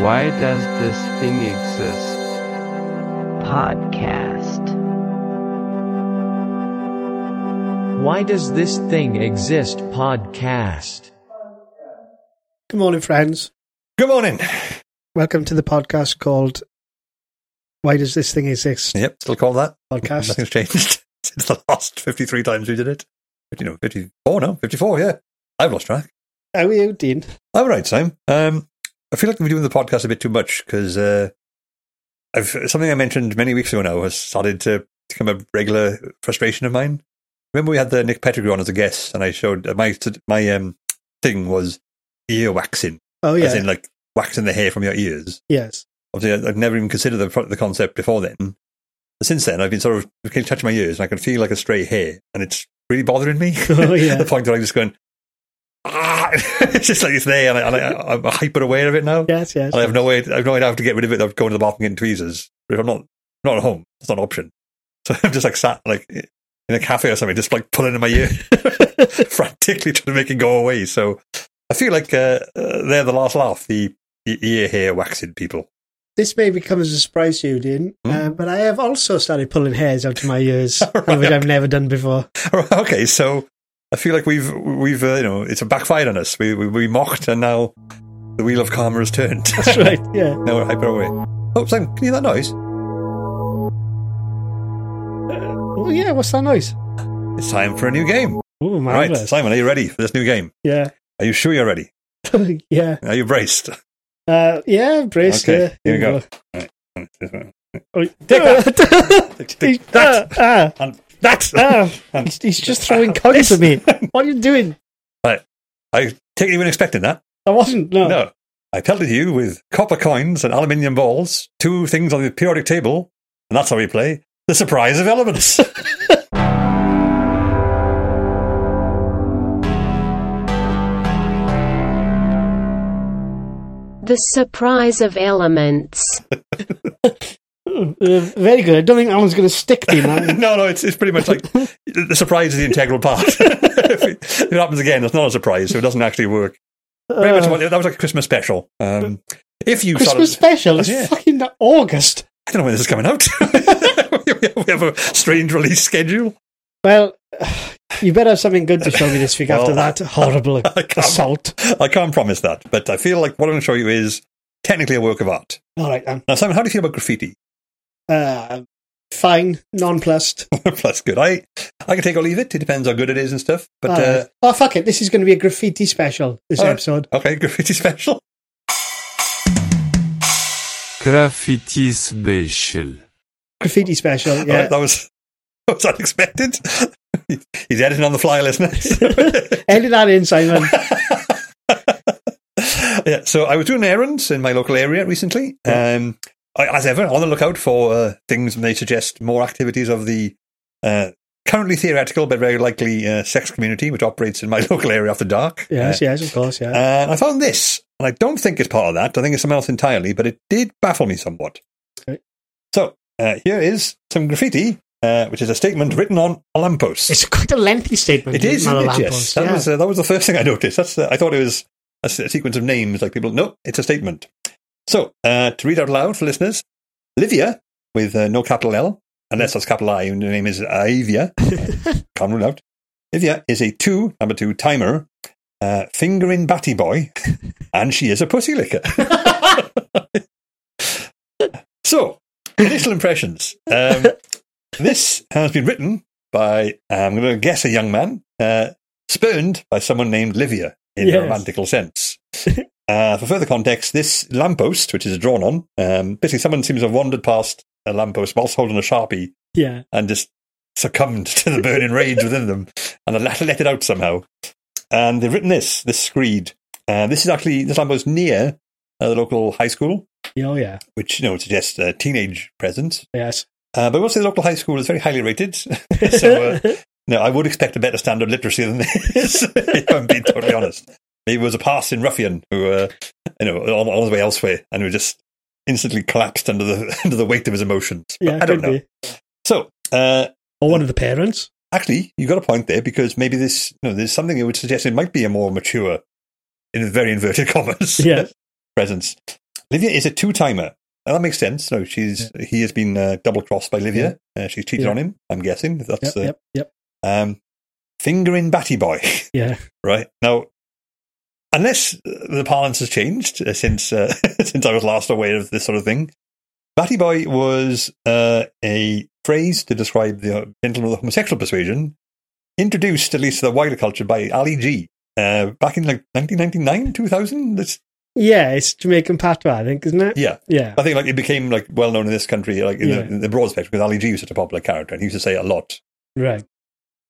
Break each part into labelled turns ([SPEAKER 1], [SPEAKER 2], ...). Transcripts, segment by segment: [SPEAKER 1] Why does this thing exist?
[SPEAKER 2] podcast,
[SPEAKER 3] Why Does This Thing Exist podcast?
[SPEAKER 4] Good morning, friends.
[SPEAKER 5] Good morning.
[SPEAKER 4] Welcome to the podcast called Why Does This Thing Exist?
[SPEAKER 5] Yep, still call that.
[SPEAKER 4] Podcast.
[SPEAKER 5] Nothing's changed since the last 53 times we did it. 50, no, 54 now. 54, yeah. I've lost track.
[SPEAKER 4] How are Oh, you, Dean?
[SPEAKER 5] I'm right, Sam. Um, I feel like I'm doing the podcast a bit too much because uh, I've something I mentioned many weeks ago now has started to become a regular frustration of mine. Remember we had the Nick Pettigrew on as a guest, and I showed uh, my my um, thing was ear waxing,
[SPEAKER 4] Oh, yeah.
[SPEAKER 5] as in like waxing the hair from your ears.
[SPEAKER 4] yes.
[SPEAKER 5] obviously I- I'd never even considered the, pro- the concept before then. But since then, I've been sort of keep touching my ears and I can feel like a stray hair, and it's really bothering me.
[SPEAKER 4] Oh, yeah.
[SPEAKER 5] At the point where I'm just going, ah, it's just like it's there, and, I, and I, I'm hyper aware of it now.
[SPEAKER 4] Yes, yes.
[SPEAKER 5] And I have no way, I have no idea how to get rid of it. I'm going to the bathroom and getting tweezers. But if I'm not not at home, it's not an option. So I'm just like sat like in a cafe or something, just like pulling in my ear, frantically trying to make it go away. So I feel like uh, uh, they're the last laugh, the, the ear hair waxing people.
[SPEAKER 4] This may become as a surprise to you, Dean,
[SPEAKER 5] Hmm?
[SPEAKER 4] uh, but I have also started pulling hairs out of my ears, which I've never done before.
[SPEAKER 5] okay, so I feel like we've we've uh, you know it's a backfired on us. We we, we mocked, and now the wheel of karma has turned.
[SPEAKER 4] That's right, yeah.
[SPEAKER 5] now we're hyper away. Oh, Sam, can you hear that noise?
[SPEAKER 4] Oh, yeah, what's that noise?
[SPEAKER 5] It's time for a new game.
[SPEAKER 4] Oh,
[SPEAKER 5] All right,
[SPEAKER 4] marvellous.
[SPEAKER 5] Simon, are you ready for this new game?
[SPEAKER 4] Yeah.
[SPEAKER 5] Are you sure you're ready?
[SPEAKER 4] yeah.
[SPEAKER 5] Are you braced?
[SPEAKER 4] Uh, yeah, brace.
[SPEAKER 5] Okay,
[SPEAKER 4] yeah.
[SPEAKER 5] here we go.
[SPEAKER 4] Oh,
[SPEAKER 5] Take
[SPEAKER 4] He-
[SPEAKER 5] Take that.
[SPEAKER 4] ah, ah,
[SPEAKER 5] And that.
[SPEAKER 4] ah. He's- He's just throwing coins at me. What are you doing?
[SPEAKER 5] I take it you weren't expecting that.
[SPEAKER 4] I wasn't. No.
[SPEAKER 5] No. I pelted you with copper coins and aluminium balls, two things on the periodic table, and that's how we play the surprise of elements.
[SPEAKER 6] The surprise of elements.
[SPEAKER 4] Uh, very good. I don't think that one's going to stick, Dean. I-
[SPEAKER 5] no, no, it's, it's pretty much like the surprise is the integral part. if, it, if it happens again, it's not a surprise, so it doesn't actually work. Pretty much,
[SPEAKER 4] Uh,
[SPEAKER 5] what- that was like a Christmas special. Um, if you
[SPEAKER 4] Christmas
[SPEAKER 5] started,
[SPEAKER 4] special is
[SPEAKER 5] Yeah.
[SPEAKER 4] fucking August.
[SPEAKER 5] I don't know when this is coming out. we have a strange release schedule.
[SPEAKER 4] Well, you better have something good to show me this week
[SPEAKER 5] Well,
[SPEAKER 4] after that horrible
[SPEAKER 5] I can't-
[SPEAKER 4] assault.
[SPEAKER 5] I can't promise that, but I feel like what I'm going to show you is technically a work of art.
[SPEAKER 4] All right then.
[SPEAKER 5] Now, Simon, how do you feel about graffiti?
[SPEAKER 4] Uh, fine, nonplussed.
[SPEAKER 5] That's good. I I can take or leave it. It depends how good it is and stuff. But
[SPEAKER 4] All
[SPEAKER 5] uh,
[SPEAKER 4] right. oh fuck it, this is going to be a graffiti special. This
[SPEAKER 5] all right.
[SPEAKER 4] episode.
[SPEAKER 5] okay, graffiti special.
[SPEAKER 1] Graffiti special.
[SPEAKER 4] Graffiti special.
[SPEAKER 5] All
[SPEAKER 4] Yeah.
[SPEAKER 5] right, that was that was unexpected. He's editing on the fly, listeners.
[SPEAKER 4] Edit that in, Simon.
[SPEAKER 5] yeah, so I was doing errands in my local area recently. Um, I, as ever, on the lookout for uh, things may suggest more activities of the uh, currently theoretical but very likely uh, sex community, which operates in my local area after dark.
[SPEAKER 4] yes,
[SPEAKER 5] Uh,
[SPEAKER 4] yes, of course. Yeah.
[SPEAKER 5] And I found this, and I don't think it's part of that. I think it's something else entirely, but it did baffle me somewhat.
[SPEAKER 4] Okay.
[SPEAKER 5] So uh, here is some graffiti, uh, which is a statement written on a lamppost.
[SPEAKER 4] it's quite a lengthy statement.
[SPEAKER 5] It is,
[SPEAKER 4] not a
[SPEAKER 5] isn't it? Yes,
[SPEAKER 4] lamppost,
[SPEAKER 5] that
[SPEAKER 4] yeah.
[SPEAKER 5] was uh, that was the first thing I noticed. That's uh, I thought it was a, s- a sequence of names, like people. No, it's a statement. So uh, to read out loud for listeners, Livia with uh, no capital L, unless that's capital I, and her name is Ivia. Can't rule out. Livia is a two number two timer, uh, fingering batty boy, and she is a pussy licker. so initial impressions. Um, this has been written by, I'm going to guess, a young man, uh, spurned by someone named Livia in
[SPEAKER 4] Yes.
[SPEAKER 5] a romantical sense. uh, for further context, this lamppost, which is drawn on, um, basically someone seems to have wandered past a lamppost whilst holding a sharpie
[SPEAKER 4] yeah.
[SPEAKER 5] and just succumbed to the burning rage within them and let, let it out somehow. And they've written this, this screed. Uh, this is actually, this lamppost near uh, the local high school,
[SPEAKER 4] Oh yeah.
[SPEAKER 5] which, you know, suggests uh, teenage presence.
[SPEAKER 4] Yes.
[SPEAKER 5] Uh, but I will say the local high school is very highly rated. so, uh, no, I would expect a better standard of literacy than this, if I'm being totally honest. He was a passing ruffian who, uh, you know, on, on his way elsewhere and who just instantly collapsed under the under the weight of his emotions. But
[SPEAKER 4] yeah.
[SPEAKER 5] I don't
[SPEAKER 4] could
[SPEAKER 5] know.
[SPEAKER 4] be.
[SPEAKER 5] So, uh,
[SPEAKER 4] Or one of the parents.
[SPEAKER 5] actually, you got a point there because maybe this, no, there's something that would suggest it might be a more mature, in very inverted commas,
[SPEAKER 4] Yes.
[SPEAKER 5] presence. Livia is a two timer. Now that makes sense. No, she's he has been uh, double crossed by Livia. Uh, she's cheated
[SPEAKER 4] Yeah.
[SPEAKER 5] on him. I'm guessing
[SPEAKER 4] Yep,
[SPEAKER 5] that's uh,
[SPEAKER 4] yep, yep.
[SPEAKER 5] um, fingering Batty Boy.
[SPEAKER 4] Yeah.
[SPEAKER 5] right now, unless the parlance has changed uh, since uh, since I was last aware of this sort of thing, Batty Boy was uh, a phrase to describe the uh, gentleman of the homosexual persuasion, introduced at least to the wider culture by Ali G. Uh, back in like 1999, 2000. That's,
[SPEAKER 4] Yeah, it's Jamaican Patwa, I think, isn't it?
[SPEAKER 5] yeah,
[SPEAKER 4] Yeah.
[SPEAKER 5] I think like it became like well known in this country, like in,
[SPEAKER 4] Yeah.
[SPEAKER 5] the, in the broad spectrum, because Ali G was such a popular character, and he used to say it a lot.
[SPEAKER 4] Right.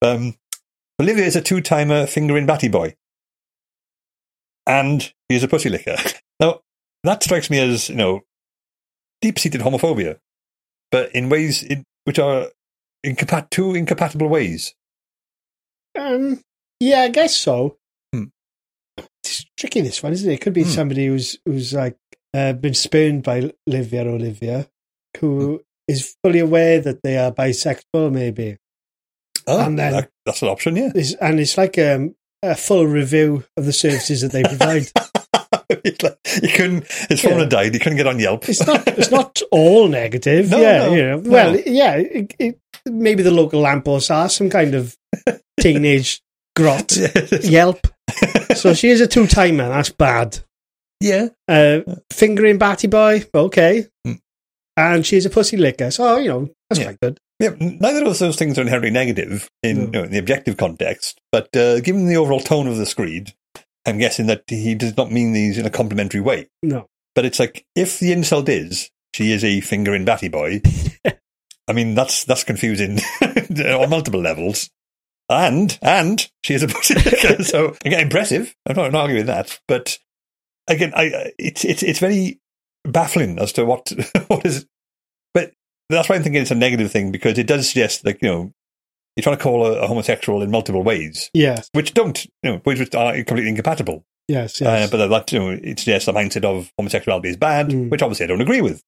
[SPEAKER 5] Um, Bolivia is a two-timer fingering batty boy, and he is a pussy licker. Now that strikes me as you know deep-seated homophobia, but in ways in, which are incompat- two incompatible ways.
[SPEAKER 4] Um, yeah, I guess so.
[SPEAKER 5] Hmm.
[SPEAKER 4] It's tricky, this one, isn't it? It could be
[SPEAKER 5] Hmm.
[SPEAKER 4] somebody who's who's like uh, been spurned by Livia or Livia,
[SPEAKER 5] Hmm.
[SPEAKER 4] who is fully aware that they are bisexual, maybe.
[SPEAKER 5] Oh,
[SPEAKER 4] And then-
[SPEAKER 5] that- that's an option, yeah.
[SPEAKER 4] It's, and it's like um, a full review of the services that they provide.
[SPEAKER 5] It's like- you couldn't. His phone
[SPEAKER 4] Yeah.
[SPEAKER 5] had died. He couldn't get on Yelp.
[SPEAKER 4] it's not it's not all negative.
[SPEAKER 5] No,
[SPEAKER 4] yeah,
[SPEAKER 5] no,
[SPEAKER 4] you know.
[SPEAKER 5] no.
[SPEAKER 4] Well, yeah, it, it, maybe the local lampposts are some kind of teenage grot Yelp. So she is a two timer. That's bad.
[SPEAKER 5] yeah.
[SPEAKER 4] Uh, fingering Batty Boy, okay.
[SPEAKER 5] Mm.
[SPEAKER 4] And she's a pussy licker. So, you know, that's
[SPEAKER 5] Yeah.
[SPEAKER 4] quite good.
[SPEAKER 5] Yeah, neither of those things are inherently negative in,
[SPEAKER 4] No.
[SPEAKER 5] you know, in the objective context, but uh, given the overall tone of the screed, I'm guessing that he does not mean these in a complimentary way.
[SPEAKER 4] No.
[SPEAKER 5] But it's like if the insult is she is a finger in batty boy, I mean that's that's confusing on multiple levels. And and she is a pussy licker, so again impressive. I'm not, I'm not arguing that, but again, I- I it's it's it's very baffling as to what what is that's why I'm thinking it's a negative thing because it does suggest like you know you're trying to call a, a homosexual in multiple ways,
[SPEAKER 4] Yes,
[SPEAKER 5] which don't you know which, which are completely incompatible.
[SPEAKER 4] yes, yes.
[SPEAKER 5] Uh, but that you know it suggests a mindset of homosexuality is bad,
[SPEAKER 4] Mm.
[SPEAKER 5] which obviously I don't agree with.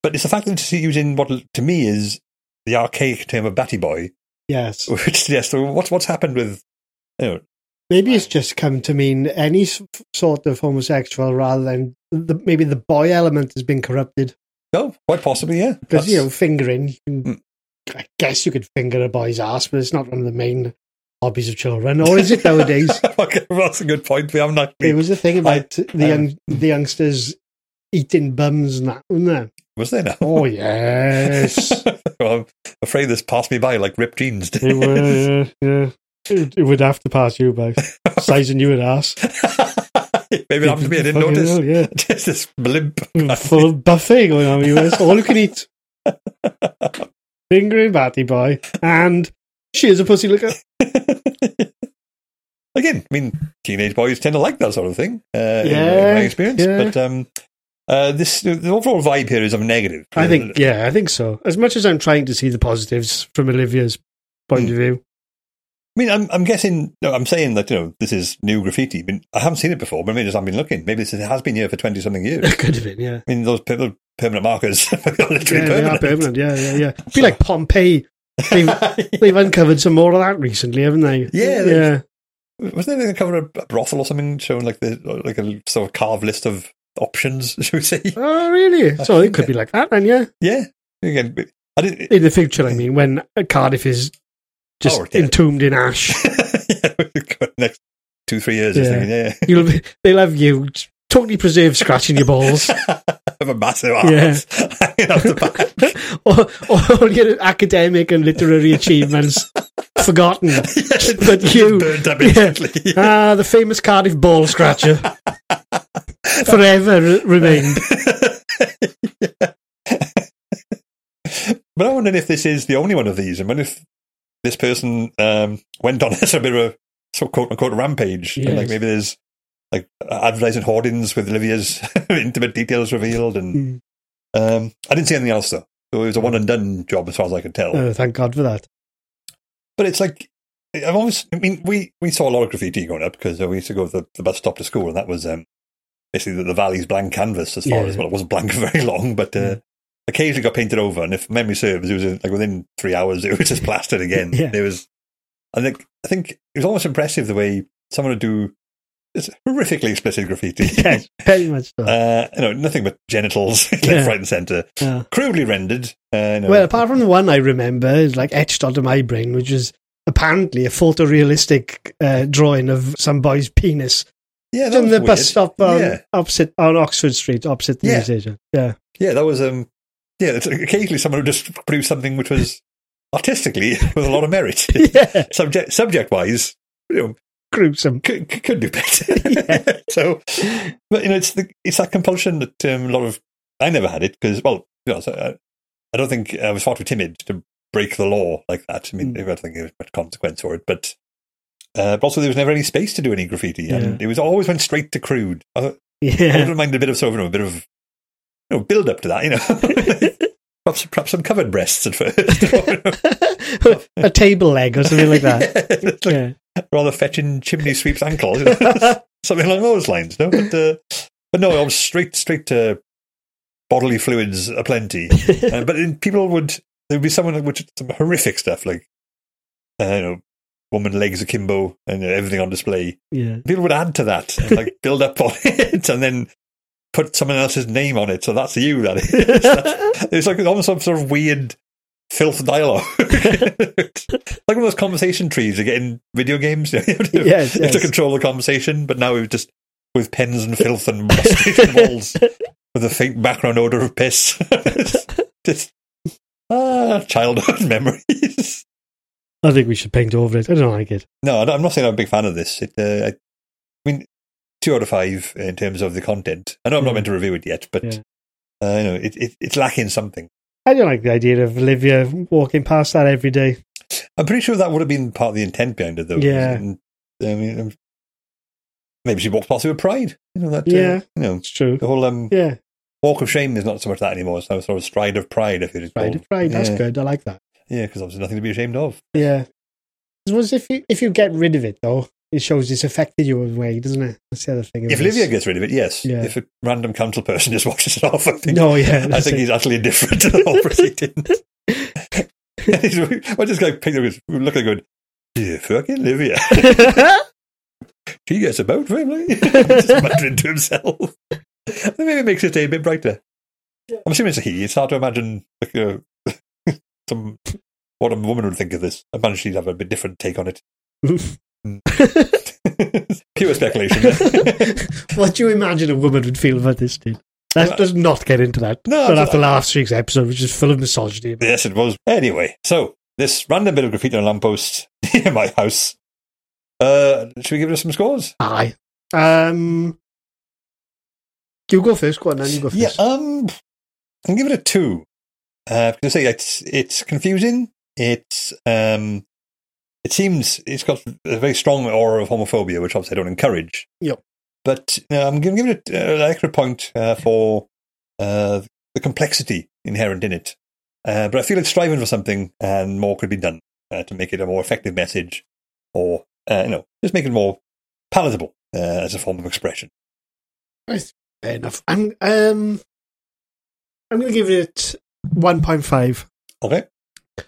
[SPEAKER 5] But it's the fact that it's using what to me is the archaic term of batty boy,
[SPEAKER 4] yes.
[SPEAKER 5] which suggests well, what's what's happened with you know
[SPEAKER 4] Maybe it's just come to mean any s- sort of homosexual rather than the, maybe the boy element has been corrupted.
[SPEAKER 5] oh quite possibly yeah
[SPEAKER 4] Because, you know,
[SPEAKER 5] That's-
[SPEAKER 4] fingering, you can,
[SPEAKER 5] Mm.
[SPEAKER 4] I guess you could finger a boy's ass, but it's not one of the main hobbies of children. Or is it nowadays?
[SPEAKER 5] Okay, well, that's a good point. We haven't
[SPEAKER 4] it
[SPEAKER 5] actually
[SPEAKER 4] was
[SPEAKER 5] was,
[SPEAKER 4] the thing about the,
[SPEAKER 5] I-
[SPEAKER 4] young, the youngsters eating bums and that, wasn't it?
[SPEAKER 5] there now.
[SPEAKER 4] Oh, yes.
[SPEAKER 5] well, I'm afraid this passed me by like ripped jeans. did.
[SPEAKER 4] It would, yeah. It, it would have to pass you by sizing you an ass.
[SPEAKER 5] Maybe it happened to me. I didn't
[SPEAKER 4] Fucking
[SPEAKER 5] notice.
[SPEAKER 4] hell, yeah.
[SPEAKER 5] Just this blimp.
[SPEAKER 4] Full buffet going on. You it's all you can eat. Fingering Batty Boy, and she is a pussy looker.
[SPEAKER 5] Again, I mean, teenage boys tend to like that sort of thing. Uh, in- in
[SPEAKER 4] Yeah,
[SPEAKER 5] my experience,
[SPEAKER 4] yeah.
[SPEAKER 5] but um, uh, this the overall vibe here is of negative.
[SPEAKER 4] I think, yeah, I think so. As much as I'm trying to see the positives from Olivia's point of view,
[SPEAKER 5] I mean, I'm, I'm guessing. No, I'm saying that you know this is new graffiti. I, mean, I haven't seen it before, but maybe I just haven't been looking. Maybe this has been here for twenty something years.
[SPEAKER 4] it could have been, yeah.
[SPEAKER 5] I mean, those per- those permanent markers are literally
[SPEAKER 4] Yeah, they are
[SPEAKER 5] permanent.
[SPEAKER 4] permanent. Yeah, yeah, yeah. It'd be like Pompeii. They've, they've uncovered some more of that recently, haven't they?
[SPEAKER 5] Yeah, they-
[SPEAKER 4] yeah.
[SPEAKER 5] Wasn't there like a cover of a brothel or something showing like the like a sort of carved list of options? Should we say?
[SPEAKER 4] Oh, really?
[SPEAKER 5] I
[SPEAKER 4] So it
[SPEAKER 5] think
[SPEAKER 4] could
[SPEAKER 5] it-
[SPEAKER 4] be like that, then, yeah.
[SPEAKER 5] Yeah. Again, but I didn't.
[SPEAKER 4] In the future, I mean, when Cardiff is just
[SPEAKER 5] Oh, yeah.
[SPEAKER 4] entombed in ash,
[SPEAKER 5] yeah, next two three years, yeah. I
[SPEAKER 4] Yeah.
[SPEAKER 5] thinking, yeah,
[SPEAKER 4] you'll be, they'll have you totally preserved scratching your balls,
[SPEAKER 5] I have a massive
[SPEAKER 4] Yeah.
[SPEAKER 5] ass hanging off the back.
[SPEAKER 4] or, or all your academic and literary achievements forgotten. But you-
[SPEAKER 5] burned up
[SPEAKER 4] yeah.
[SPEAKER 5] instantly.
[SPEAKER 4] Ah, the famous Cardiff ball scratcher. Forever re- remained.
[SPEAKER 5] But I wonder if this is the only one of these. I mean, if this person um, went on as a bit of a sort of quote unquote rampage, and like
[SPEAKER 4] Yes.
[SPEAKER 5] maybe there's like advertising hoardings with Olivia's intimate details revealed, and
[SPEAKER 4] Mm.
[SPEAKER 5] um, I didn't see anything else though. So it was a one and done job as far as I could tell.
[SPEAKER 4] Oh, thank God for that.
[SPEAKER 5] But it's like I've always. I mean, we we saw a lot of graffiti growing up because we used to go to the, the bus stop to school, and that was um, basically the, the valley's blank canvas as far
[SPEAKER 4] Yeah. Mm.
[SPEAKER 5] as well. It wasn't blank for very long, but uh, occasionally got painted over. And if memory serves, it was uh, like within three hours it was just plastered again.
[SPEAKER 4] Yeah.
[SPEAKER 5] There was, I think, I think it was almost impressive the way someone would do it's horrifically explicit graffiti.
[SPEAKER 4] yes, very much so.
[SPEAKER 5] Uh, you know, nothing but genitals, left,
[SPEAKER 4] Yeah.
[SPEAKER 5] right, and centre.
[SPEAKER 4] Yeah.
[SPEAKER 5] Crudely rendered. Uh, you know,
[SPEAKER 4] Well, apart from the one I remember, is like etched onto my brain, which is apparently a photorealistic uh, drawing of some boy's penis
[SPEAKER 5] yeah, that
[SPEAKER 4] in
[SPEAKER 5] was
[SPEAKER 4] the
[SPEAKER 5] weird.
[SPEAKER 4] bus stop um, on
[SPEAKER 5] Yeah,
[SPEAKER 4] opposite on Oxford Street, opposite the
[SPEAKER 5] Yeah.
[SPEAKER 4] news agent. Yeah,
[SPEAKER 5] yeah, that was. Um, yeah, it's occasionally someone who just produced something which was artistically with a lot of merit.
[SPEAKER 4] yeah,
[SPEAKER 5] subject subject wise, you know,
[SPEAKER 4] gruesome.
[SPEAKER 5] could, could could do better. so, but you know, it's the, it's that compulsion that um, a lot of I never had it because well, you know, so, uh, I don't think I was far too timid to break the law like that. I mean, I don't think there was much consequence for it, but. Uh, but also, there was never any space to do any graffiti, and it was always went straight to crude. I, I
[SPEAKER 4] Yeah,
[SPEAKER 5] wouldn't mind a bit of sort of you know, a bit of you know, build up to that, you know. perhaps, perhaps some covered breasts at first,
[SPEAKER 4] a table leg or something like that. Yeah,
[SPEAKER 5] rather fetching chimney sweep's ankle, you know? something along those lines. No, but uh, but no, I was straight straight to bodily fluids aplenty. uh, but in, people would there would be someone that would do some horrific stuff like uh, you know woman legs akimbo and everything on display.
[SPEAKER 4] yeah.
[SPEAKER 5] People would add to that, and, like build up on it, and then put someone else's name on it. So that's you. That is. That's- it's like almost some sort of weird. Filth dialogue, It's like one of those conversation trees you get in video games. you know,
[SPEAKER 4] Yes,
[SPEAKER 5] to
[SPEAKER 4] yes.
[SPEAKER 5] control the conversation, but now we've just with pens and filth and rusty walls with a faint background odor of piss. just ah, childhood memories.
[SPEAKER 4] I think we should paint over it. I don't like it.
[SPEAKER 5] No, I don't- I'm not saying I'm a big fan of this. It, uh, I, I mean, two out of five in terms of the content. I know I'm not
[SPEAKER 4] Yeah.
[SPEAKER 5] meant to review it yet, but
[SPEAKER 4] Yeah.
[SPEAKER 5] uh, you know, it, it, it's lacking something.
[SPEAKER 4] I don't like the idea of Olivia walking past that every day.
[SPEAKER 5] I'm pretty sure that would have been part of the intent behind it, though.
[SPEAKER 4] Yeah.
[SPEAKER 5] And, I mean, um, maybe she walked past it with pride. You know that. uh,
[SPEAKER 4] Yeah.
[SPEAKER 5] you know,
[SPEAKER 4] It's true.
[SPEAKER 5] the whole um,
[SPEAKER 4] Yeah,
[SPEAKER 5] Walk of Shame is not so much that anymore. It's now sort of Stride of Pride, if it is
[SPEAKER 4] pride,
[SPEAKER 5] called.
[SPEAKER 4] pride. That's
[SPEAKER 5] yeah.
[SPEAKER 4] good. I like that.
[SPEAKER 5] Yeah, because obviously nothing to be ashamed of.
[SPEAKER 4] Yeah. I suppose if you if you get rid of it though, it shows it's affected you in a way, doesn't it? That's the other thing. of
[SPEAKER 5] If
[SPEAKER 4] this.
[SPEAKER 5] Livia gets rid of it, yes.
[SPEAKER 4] Yeah.
[SPEAKER 5] If a random council person just watches it off, I think,
[SPEAKER 4] No, yeah.
[SPEAKER 5] I
[SPEAKER 4] that's
[SPEAKER 5] think
[SPEAKER 4] it.
[SPEAKER 5] he's utterly indifferent to the whole proceedings. He's- what this guy picked up is looking good. Yeah, fucking Livia. she gets about family. just muttering to himself. Maybe it makes his day a bit brighter. I'm assuming it's a he. It's hard to imagine like, uh, some what a woman would think of this. I imagine she'd have a bit different take on it. Pure speculation. there.
[SPEAKER 4] what do you imagine a woman would feel about this dude? Let's, let's not get into that.
[SPEAKER 5] No,
[SPEAKER 4] We'll
[SPEAKER 5] I-
[SPEAKER 4] have to last week's episode, which is full of misogyny.
[SPEAKER 5] yes, it was. Anyway, so this random bit of graffiti on a lamppost near my house. Uh, should we give it some scores?
[SPEAKER 4] Aye. Um, you go first, go on, then you go first.
[SPEAKER 5] Yeah, um, I'm give it a two. Uh, because I say it's it's confusing. It's um, it seems it's got a very strong aura of homophobia, which obviously I don't encourage.
[SPEAKER 4] Yep.
[SPEAKER 5] But uh, I'm going to give it a, an extra point uh, for uh, the complexity inherent in it. Uh, but I feel it's striving for something, and more could be done uh, to make it a more effective message, or uh, you know, just make it more palatable uh, as a form of expression.
[SPEAKER 4] Right. Fair enough. I'm um, I'm going to give it one point five.
[SPEAKER 5] Okay.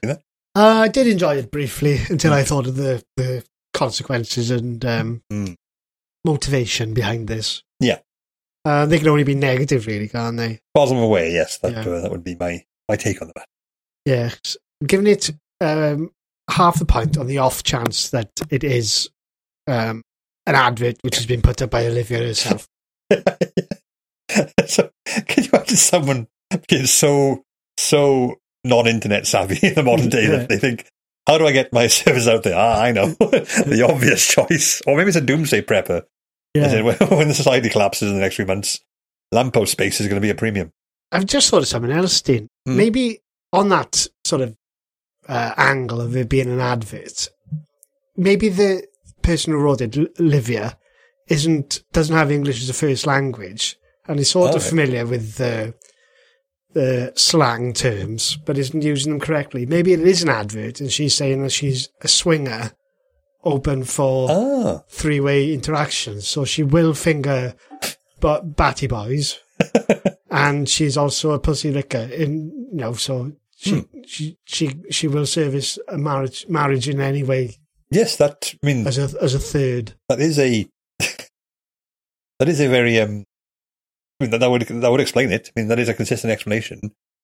[SPEAKER 4] Uh, I did enjoy it briefly until I thought of the, the consequences and um,
[SPEAKER 5] Mm.
[SPEAKER 4] motivation behind this.
[SPEAKER 5] Yeah.
[SPEAKER 4] Uh, they can only be negative, really, can't they?
[SPEAKER 5] Bottom away, yes, that
[SPEAKER 4] Yeah.
[SPEAKER 5] uh, that would be my, my take on the matter.
[SPEAKER 4] Yeah. S- Giving it um, half the point on the off chance that it is um, an advert which has been put up by Olivia herself.
[SPEAKER 5] so, can you imagine someone being so so non-internet savvy in the modern day
[SPEAKER 4] Yeah.
[SPEAKER 5] that they think, "How do I get my service out there?" Ah, I know the obvious choice, or maybe it's a doomsday prepper. They said, "Well, when the society collapses in the next few months, lamppost space is going to be a premium.
[SPEAKER 4] I've just thought of something else, Dean.
[SPEAKER 5] Hmm.
[SPEAKER 4] Maybe on that sort of uh, angle of it being an advert, maybe the person who wrote it, L- Livia, isn't doesn't have English as a first language, and is sort of
[SPEAKER 5] Okay.
[SPEAKER 4] familiar with the the slang terms, but isn't using them correctly. Maybe it is an advert, and she's saying that she's a swinger, open for
[SPEAKER 5] Ah,
[SPEAKER 4] three way interactions. So she will finger but batty boys, and she's also a pussy licker. In you know, so she she she she will service a marriage marriage in any way Hmm.
[SPEAKER 5] yes, that I mean
[SPEAKER 4] as a as a third.
[SPEAKER 5] that is a That is a very um. I mean, that, that would that would explain it. I mean, that is a consistent explanation.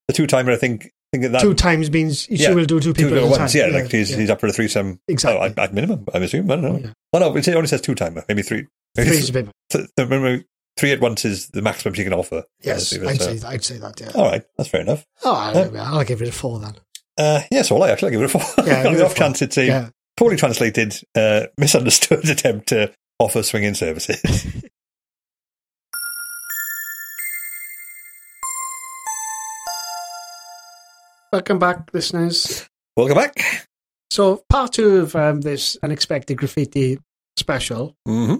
[SPEAKER 5] The two timer, I think, I think that
[SPEAKER 4] two times means she
[SPEAKER 5] Yeah,
[SPEAKER 4] will do two
[SPEAKER 5] two
[SPEAKER 4] people
[SPEAKER 5] go
[SPEAKER 4] at a time.
[SPEAKER 5] once, yeah, like he's,
[SPEAKER 4] yeah.
[SPEAKER 5] he's up for a threesome.
[SPEAKER 4] Exactly.
[SPEAKER 5] Oh, at, at minimum, I assume. I don't know.
[SPEAKER 4] Yeah.
[SPEAKER 5] Oh no, it only says two timer, maybe three. Maybe
[SPEAKER 4] Three's a
[SPEAKER 5] th-
[SPEAKER 4] bit-
[SPEAKER 5] th- remember, three at once is the maximum she can offer.
[SPEAKER 4] Yes,
[SPEAKER 5] Uh,
[SPEAKER 4] I'd
[SPEAKER 5] so-
[SPEAKER 4] say that. I'd say that. Yeah.
[SPEAKER 5] All right, that's fair enough.
[SPEAKER 4] Oh, I'll, I'll give it a four then.
[SPEAKER 5] Uh, yes, well, I actually give it a four.
[SPEAKER 4] Yeah,
[SPEAKER 5] on
[SPEAKER 4] give it
[SPEAKER 5] the
[SPEAKER 4] a
[SPEAKER 5] off
[SPEAKER 4] four.
[SPEAKER 5] chance it's a
[SPEAKER 4] Yeah.
[SPEAKER 5] poorly translated, uh, misunderstood attempt to offer swinging services.
[SPEAKER 4] Welcome back, listeners.
[SPEAKER 5] Welcome back.
[SPEAKER 4] So, part two of um, this unexpected graffiti special.
[SPEAKER 5] hmm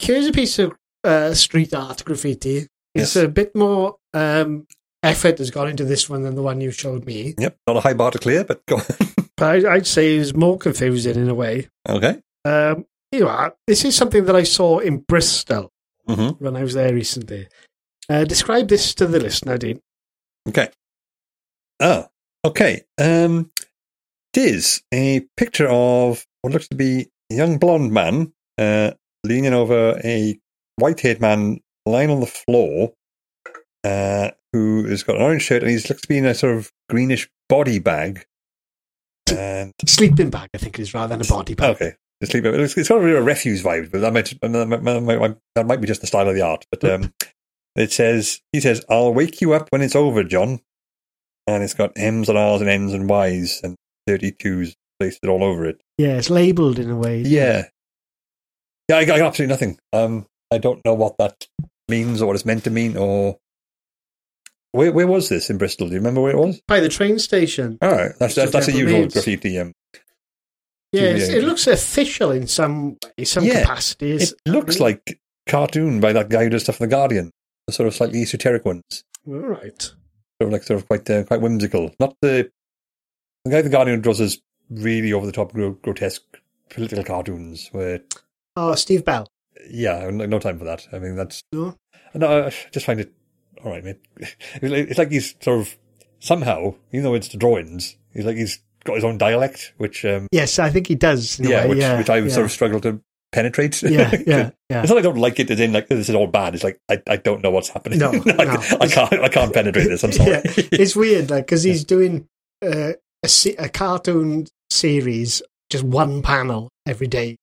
[SPEAKER 4] Here's a piece of uh, street art graffiti. It's
[SPEAKER 5] Yes.
[SPEAKER 4] a bit more um, effort has gone into this one than the one you showed me.
[SPEAKER 5] Yep, not a high bar to clear, but go on.
[SPEAKER 4] But I, I'd say it's more confusing in a way.
[SPEAKER 5] okay.
[SPEAKER 4] Um, you know, I- this is something that I saw in Bristol
[SPEAKER 5] hmm
[SPEAKER 4] when I was there recently. Uh, describe this to the listener, Dean.
[SPEAKER 5] Okay. Ah, okay. Um, it is a picture of what looks to be a young blonde man uh, leaning over a white haired man lying on the floor uh, who has got an orange shirt and he's looks to be in a sort of greenish body bag. And
[SPEAKER 4] Sleeping bag, I think it is, rather than a body bag.
[SPEAKER 5] Oh, okay, just leave it. It's, it's got a bit of a refuse vibe, but that might, that might, that might- that might be just the style of the art. But um, it says he says, "I'll wake you up when it's over, John," and it's got M's and R's and N's and Y's and thirty twos placed all over it.
[SPEAKER 4] Yeah, it's labelled in a way.
[SPEAKER 5] Yeah, yeah, I got I got absolutely nothing. Um, I don't know what that means or what it's meant to mean or. Where, where was this in Bristol? Do you remember where it was?
[SPEAKER 4] By the train station.
[SPEAKER 5] All right, that's that's, that's a
[SPEAKER 4] Temple
[SPEAKER 5] usual
[SPEAKER 4] Meads.
[SPEAKER 5] graffiti. Um,
[SPEAKER 4] Yeah, it's-
[SPEAKER 5] Yeah.
[SPEAKER 4] it looks official in some way, some
[SPEAKER 5] Yeah,
[SPEAKER 4] capacity.
[SPEAKER 5] It
[SPEAKER 4] It's-
[SPEAKER 5] looks like cartoon by that guy who does stuff for the Guardian. The sort of slightly esoteric ones,
[SPEAKER 4] All right.
[SPEAKER 5] sort of like sort of quite uh, quite whimsical. Not the the guy at the Guardian who draws his really over the top gro- grotesque political cartoons. Where
[SPEAKER 4] Oh, Steve Bell.
[SPEAKER 5] yeah, I've no no time for that. I mean that's
[SPEAKER 4] No?
[SPEAKER 5] no, I just find it all right, mate. It's like, it's like he's sort of somehow, even though it's the drawings, he's like he's got his own dialect, which um,
[SPEAKER 4] Yes, I think he does. In a
[SPEAKER 5] yeah,
[SPEAKER 4] way,
[SPEAKER 5] which,
[SPEAKER 4] yeah,
[SPEAKER 5] which I would
[SPEAKER 4] yeah.
[SPEAKER 5] sort of struggle to penetrate.
[SPEAKER 4] Yeah, yeah, yeah.
[SPEAKER 5] It's not I don't like it. As in, like this is all bad. It's like I, I don't know what's happening.
[SPEAKER 4] No,
[SPEAKER 5] I,
[SPEAKER 4] no.
[SPEAKER 5] I can't I can't penetrate this. I'm sorry.
[SPEAKER 4] Yeah, it's weird, like because he's doing uh, a se- a cartoon series, just one panel every day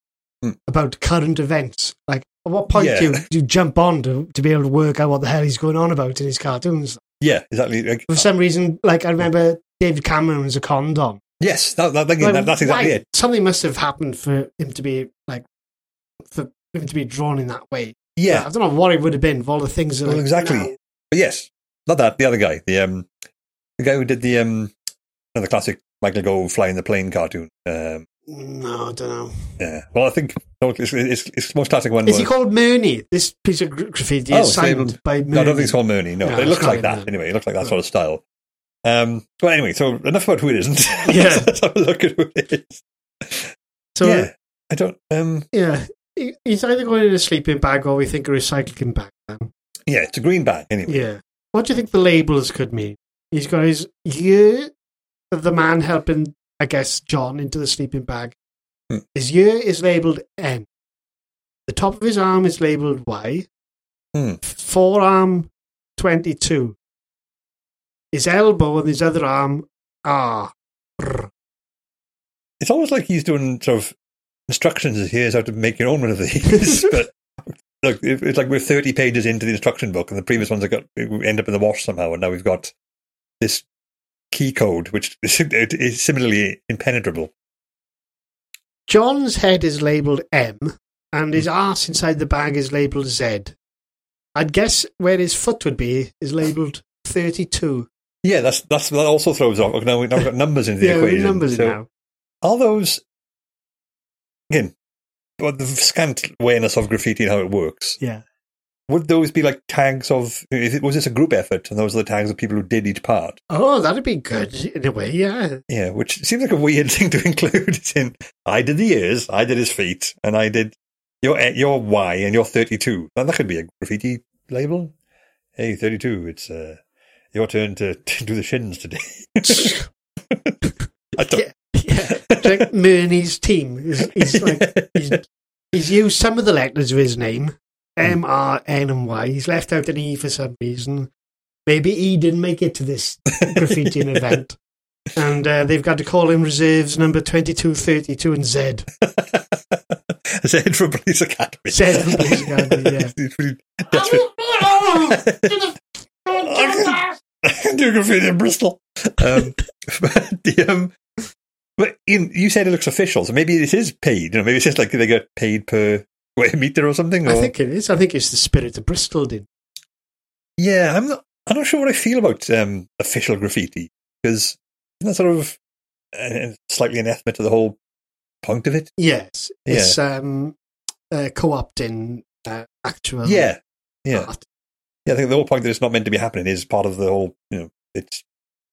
[SPEAKER 5] Mm.
[SPEAKER 4] about current events. Like, at what point
[SPEAKER 5] Yeah.
[SPEAKER 4] do, you, do you jump on to to be able to work out what the hell he's going on about in his cartoons?
[SPEAKER 5] Yeah, exactly. Like,
[SPEAKER 4] For some reason, like I remember David Cameron was a condom.
[SPEAKER 5] yes, that, that, again,
[SPEAKER 4] Like,
[SPEAKER 5] that, that's exactly
[SPEAKER 4] why-
[SPEAKER 5] it.
[SPEAKER 4] Something must have happened for him to be like for him to be drawn in that way.
[SPEAKER 5] Yeah,
[SPEAKER 4] I don't know what it would have been. Of all the things that
[SPEAKER 5] well,
[SPEAKER 4] like,
[SPEAKER 5] exactly.
[SPEAKER 4] no.
[SPEAKER 5] But yes, not that the other guy, the um, the guy who did the um, another classic Michael Gove flying the plane cartoon. Um,
[SPEAKER 4] No, I don't know.
[SPEAKER 5] yeah. Well, I think it's, it's, it's the most classic one.
[SPEAKER 4] Is he
[SPEAKER 5] was-
[SPEAKER 4] called Murney? This piece of gra- graffiti
[SPEAKER 5] uh, Oh,
[SPEAKER 4] is
[SPEAKER 5] so-
[SPEAKER 4] signed by Murney.
[SPEAKER 5] No, I don't think it's called Mooney. No,
[SPEAKER 4] No,
[SPEAKER 5] but it
[SPEAKER 4] it's
[SPEAKER 5] looks
[SPEAKER 4] not
[SPEAKER 5] like
[SPEAKER 4] even
[SPEAKER 5] that
[SPEAKER 4] that.
[SPEAKER 5] anyway. It looks like that sort of style. Um, but anyway, so enough about who it isn't.
[SPEAKER 4] Yeah.
[SPEAKER 5] Let's have a look at who it is.
[SPEAKER 4] So
[SPEAKER 5] yeah, I don't. Um,
[SPEAKER 4] yeah, he- he's either going in a sleeping bag or we think a recycling bag. Then.
[SPEAKER 5] yeah, it's a green bag anyway.
[SPEAKER 4] Yeah. What do you think the labels could mean? He's got his year of the man helping, I guess, John into the sleeping bag.
[SPEAKER 5] Hmm.
[SPEAKER 4] His year is labeled N. The top of his arm is labeled Y.
[SPEAKER 5] Hmm.
[SPEAKER 4] Forearm 22. His elbow and his other arm are.
[SPEAKER 5] It's almost like he's doing sort of instructions. as Here's how to make your own one of these. but look, it- it's like we're thirty pages into the instruction book, and the previous ones have got we end up in the wash somehow, and now we've got this key code, which is similarly impenetrable.
[SPEAKER 4] John's head is labelled M, and
[SPEAKER 5] Hmm.
[SPEAKER 4] his arse inside the bag is labelled Z. I'd guess where his foot would be is labelled 32.
[SPEAKER 5] Yeah, that's that's that also throws off. Now, we, now we've got numbers in the
[SPEAKER 4] yeah,
[SPEAKER 5] equation.
[SPEAKER 4] numbers
[SPEAKER 5] so-
[SPEAKER 4] now.
[SPEAKER 5] are those again but the scant awareness of graffiti and how it works
[SPEAKER 4] Yeah.
[SPEAKER 5] would those be like tags of if it was this a group effort and those are the tags of people who did each part
[SPEAKER 4] Oh, that'd be good in a way, yeah.
[SPEAKER 5] yeah which seems like a weird thing to include it's in i did the ears i did his feet and i did your eh, your y and your 32 now that could be a graffiti label hey 32 it's uh your turn to, to do the shins today i don't
[SPEAKER 4] yeah. yeah. Like Murney's team. He's, he's, like, he's, he's used some of the letters of his name M R N and Y. He's left out an E for some reason. Maybe E didn't make it to this graffitiing event. And uh, they've got to call in reserves number 22, 32, and Z.
[SPEAKER 5] Is it from Police Academy?
[SPEAKER 4] Z from Police Academy, yeah.
[SPEAKER 5] He's pretty desperate. I can do graffiti in Bristol. Um, but, the, um, but Ian, you said it looks official, so maybe it is paid. You know, maybe it's just like they get paid per square meter or something. Or,
[SPEAKER 4] I think it is. I think it's the spirit of Bristol did.
[SPEAKER 5] yeah, I'm not. I'm not sure what I feel about um, official graffiti because isn't that sort of uh, slightly anathema to the whole point of it?
[SPEAKER 4] Yes. It's um, uh, co opting uh, actual
[SPEAKER 5] yeah, yeah.
[SPEAKER 4] art.
[SPEAKER 5] Yeah, I think the whole point that it's not meant to be happening is part of the whole, you know, it's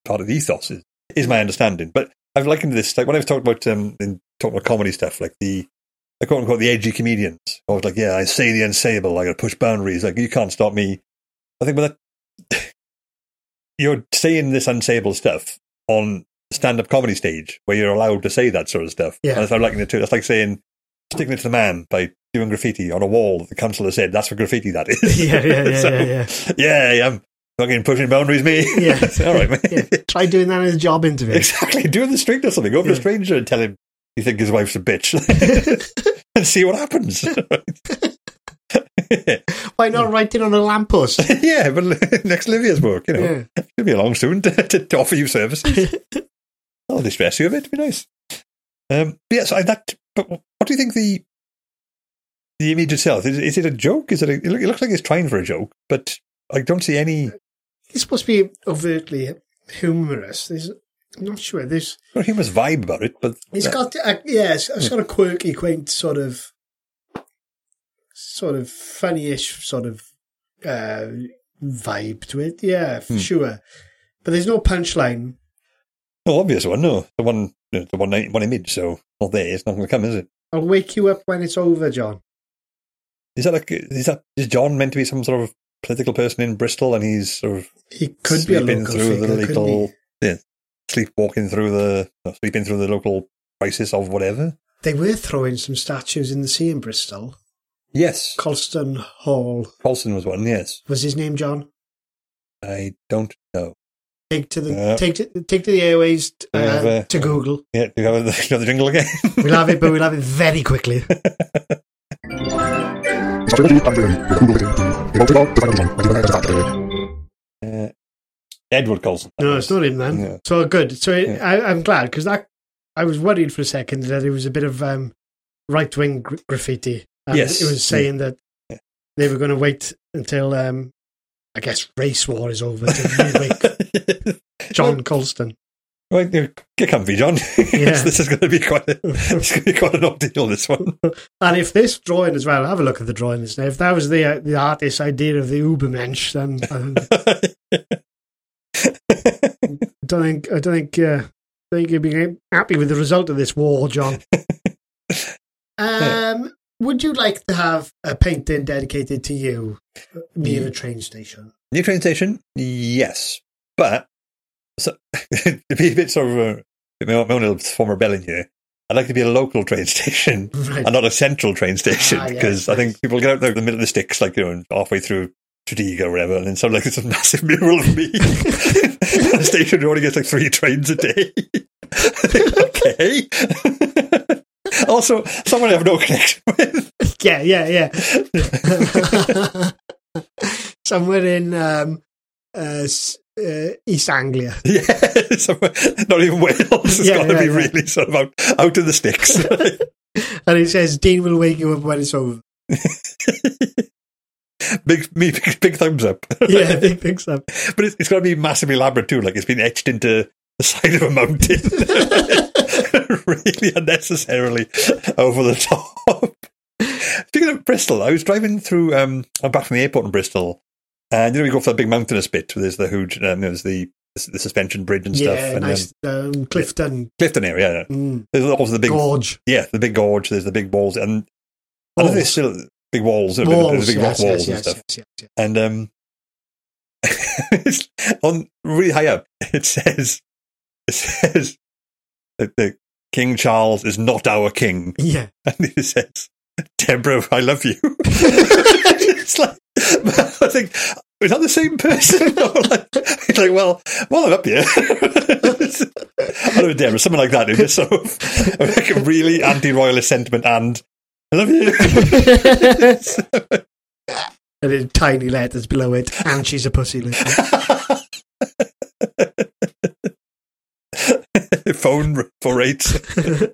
[SPEAKER 5] part of the ethos, is, is my understanding. But I've likened this, like when I've talked about, um, in talking about comedy stuff, like the, the quote unquote, the edgy comedians. I was like, yeah, I say the unsayable, I gotta push boundaries, like, you can't stop me. I think, but that, you're saying this unsayable stuff on stand up comedy stage where you're allowed to say that sort of stuff.
[SPEAKER 4] Yeah.
[SPEAKER 5] And if I'm liking it too, that's like saying, sticking it to the man by doing graffiti on a wall that the council has said, that's what graffiti that is.
[SPEAKER 4] Yeah, yeah, yeah,
[SPEAKER 5] So-
[SPEAKER 4] yeah, yeah.
[SPEAKER 5] yeah, yeah, I'm fucking pushing boundaries, me.
[SPEAKER 4] Yeah.
[SPEAKER 5] It's all right, mate.
[SPEAKER 4] Yeah. Try doing that in a job interview.
[SPEAKER 5] Exactly. Do it in the street or something. Go up to a
[SPEAKER 4] Yeah.
[SPEAKER 5] stranger and tell him you think his wife's a bitch and see what happens.
[SPEAKER 4] Why not write it on a lamppost?
[SPEAKER 5] yeah, but next Livia's work, you know,
[SPEAKER 4] Yeah.
[SPEAKER 5] she'll be along soon to, to, to offer you services. I'll distress you a bit. It'd be nice. Um, but yes, I, that. But what do you think the the image itself is? Is it a joke? Is it? A, it look- it looks like it's trying for a joke, but I don't see any.
[SPEAKER 4] It's supposed to be overtly humorous. There's, I'm not sure. There's
[SPEAKER 5] No humorous vibe about it, but
[SPEAKER 4] It's got a, yeah, it's, it's got a quirky, quaint sort of, sort of funny-ish sort of uh, vibe to it. Yeah,
[SPEAKER 5] Hmm.
[SPEAKER 4] for sure. But there's no punchline.
[SPEAKER 5] No obvious one, no. The one, the one, one image. So not there. It's not going to come, is it?
[SPEAKER 4] I'll wake you up when it's over, John.
[SPEAKER 5] Is that like? Is that is John meant to be some sort of political person in Bristol, and he's sort of
[SPEAKER 4] He could be a
[SPEAKER 5] sleeping
[SPEAKER 4] local
[SPEAKER 5] through
[SPEAKER 4] figure,
[SPEAKER 5] the
[SPEAKER 4] couldn't
[SPEAKER 5] little,
[SPEAKER 4] he?
[SPEAKER 5] yeah, sleepwalking through the, no, sleeping through the local crisis of whatever.
[SPEAKER 4] They were throwing some statues in the sea in Bristol.
[SPEAKER 5] Yes,
[SPEAKER 4] Colston Hall
[SPEAKER 5] Colson was one. Yes,
[SPEAKER 4] was his name, John.
[SPEAKER 5] I don't know.
[SPEAKER 4] Take to the
[SPEAKER 5] Yeah.
[SPEAKER 4] take to, take to the airways uh,
[SPEAKER 5] We'll have a-
[SPEAKER 4] to Google.
[SPEAKER 5] Yeah, do you have the, you have the jingle again?
[SPEAKER 4] We'll have it, but we'll have it very quickly.
[SPEAKER 5] uh, Edward Colson.
[SPEAKER 4] No, it's not him then.
[SPEAKER 5] Yeah.
[SPEAKER 4] So good. So it,
[SPEAKER 5] Yeah.
[SPEAKER 4] I, I'm glad because that I was worried for a second that it was a bit of um, right wing gr- graffiti. And
[SPEAKER 5] Yes.
[SPEAKER 4] it was saying that they were going to wait until um, I guess race war is over to remake John Colston.
[SPEAKER 5] Well, you- get comfy, John.
[SPEAKER 4] Yeah.
[SPEAKER 5] this is going to be quite. A, it's going to be quite an ordeal. This one.
[SPEAKER 4] And if this drawing as well, have a look at the drawing. Isn't it? If that was the uh, the artist's idea of the Ubermensch, then um, I don't think I don't think uh, I think you'd be happy with the result of this war, John. um, would you like to have a painting dedicated to you near a train station?
[SPEAKER 5] New train station, yes, but so, to be a bit sort of a, my own my own little form of rebellion here, I'd like to be a local train station
[SPEAKER 4] Right.
[SPEAKER 5] and not a central train station
[SPEAKER 4] Ah, yeah,
[SPEAKER 5] because I think people get out there in the middle of the sticks, like you know, halfway through Tredegar or whatever, and then suddenly like it's a massive mural of me. the station only gets like three trains a day. okay. also, someone I have no connection with.
[SPEAKER 4] Yeah, yeah, yeah. Somewhere in um, uh, s- uh, East Anglia.
[SPEAKER 5] Yeah, someone, not even Wales. It's
[SPEAKER 4] Yeah,
[SPEAKER 5] got to
[SPEAKER 4] yeah,
[SPEAKER 5] be
[SPEAKER 4] yeah.
[SPEAKER 5] really sort of out, out of the sticks.
[SPEAKER 4] And it says, Dean will wake you up when it's over.
[SPEAKER 5] big me big, big thumbs up.
[SPEAKER 4] Yeah, big, big stuff.
[SPEAKER 5] but it's, it's got to be massively elaborate too. Like it's been etched into the side of a mountain, really unnecessarily over the top. Speaking of Bristol, I was driving through. Um, I'm back from the airport in Bristol, and you know we go for that big mountainous bit. Where there's the huge, um, there's the the suspension bridge and stuff,
[SPEAKER 4] Yeah,
[SPEAKER 5] and um,
[SPEAKER 4] nice. Um, Clifton.
[SPEAKER 5] Clifton area. Yeah.
[SPEAKER 4] Mm,
[SPEAKER 5] There's also the big,
[SPEAKER 4] gorge.
[SPEAKER 5] yeah, the big gorge. There's the big walls, and I don't think there's still big walls. There's
[SPEAKER 4] Walls,
[SPEAKER 5] big rock
[SPEAKER 4] yes, yes,
[SPEAKER 5] walls and
[SPEAKER 4] yes,
[SPEAKER 5] stuff.
[SPEAKER 4] yes, yes, yes.
[SPEAKER 5] and um, it's on really high up. It says, it says that the King Charles is not our king,
[SPEAKER 4] Yeah.
[SPEAKER 5] and it says Deborah, I love you. it's like, I think, is that the same person? Or like, it's like, well, while I'm up here, I don't know, Deborah, something like that. It's just sort of like a really anti-royalist sentiment and I love you.
[SPEAKER 4] And in tiny letters below it, and she's a pussy. Lucy.
[SPEAKER 5] Phone for rates. well,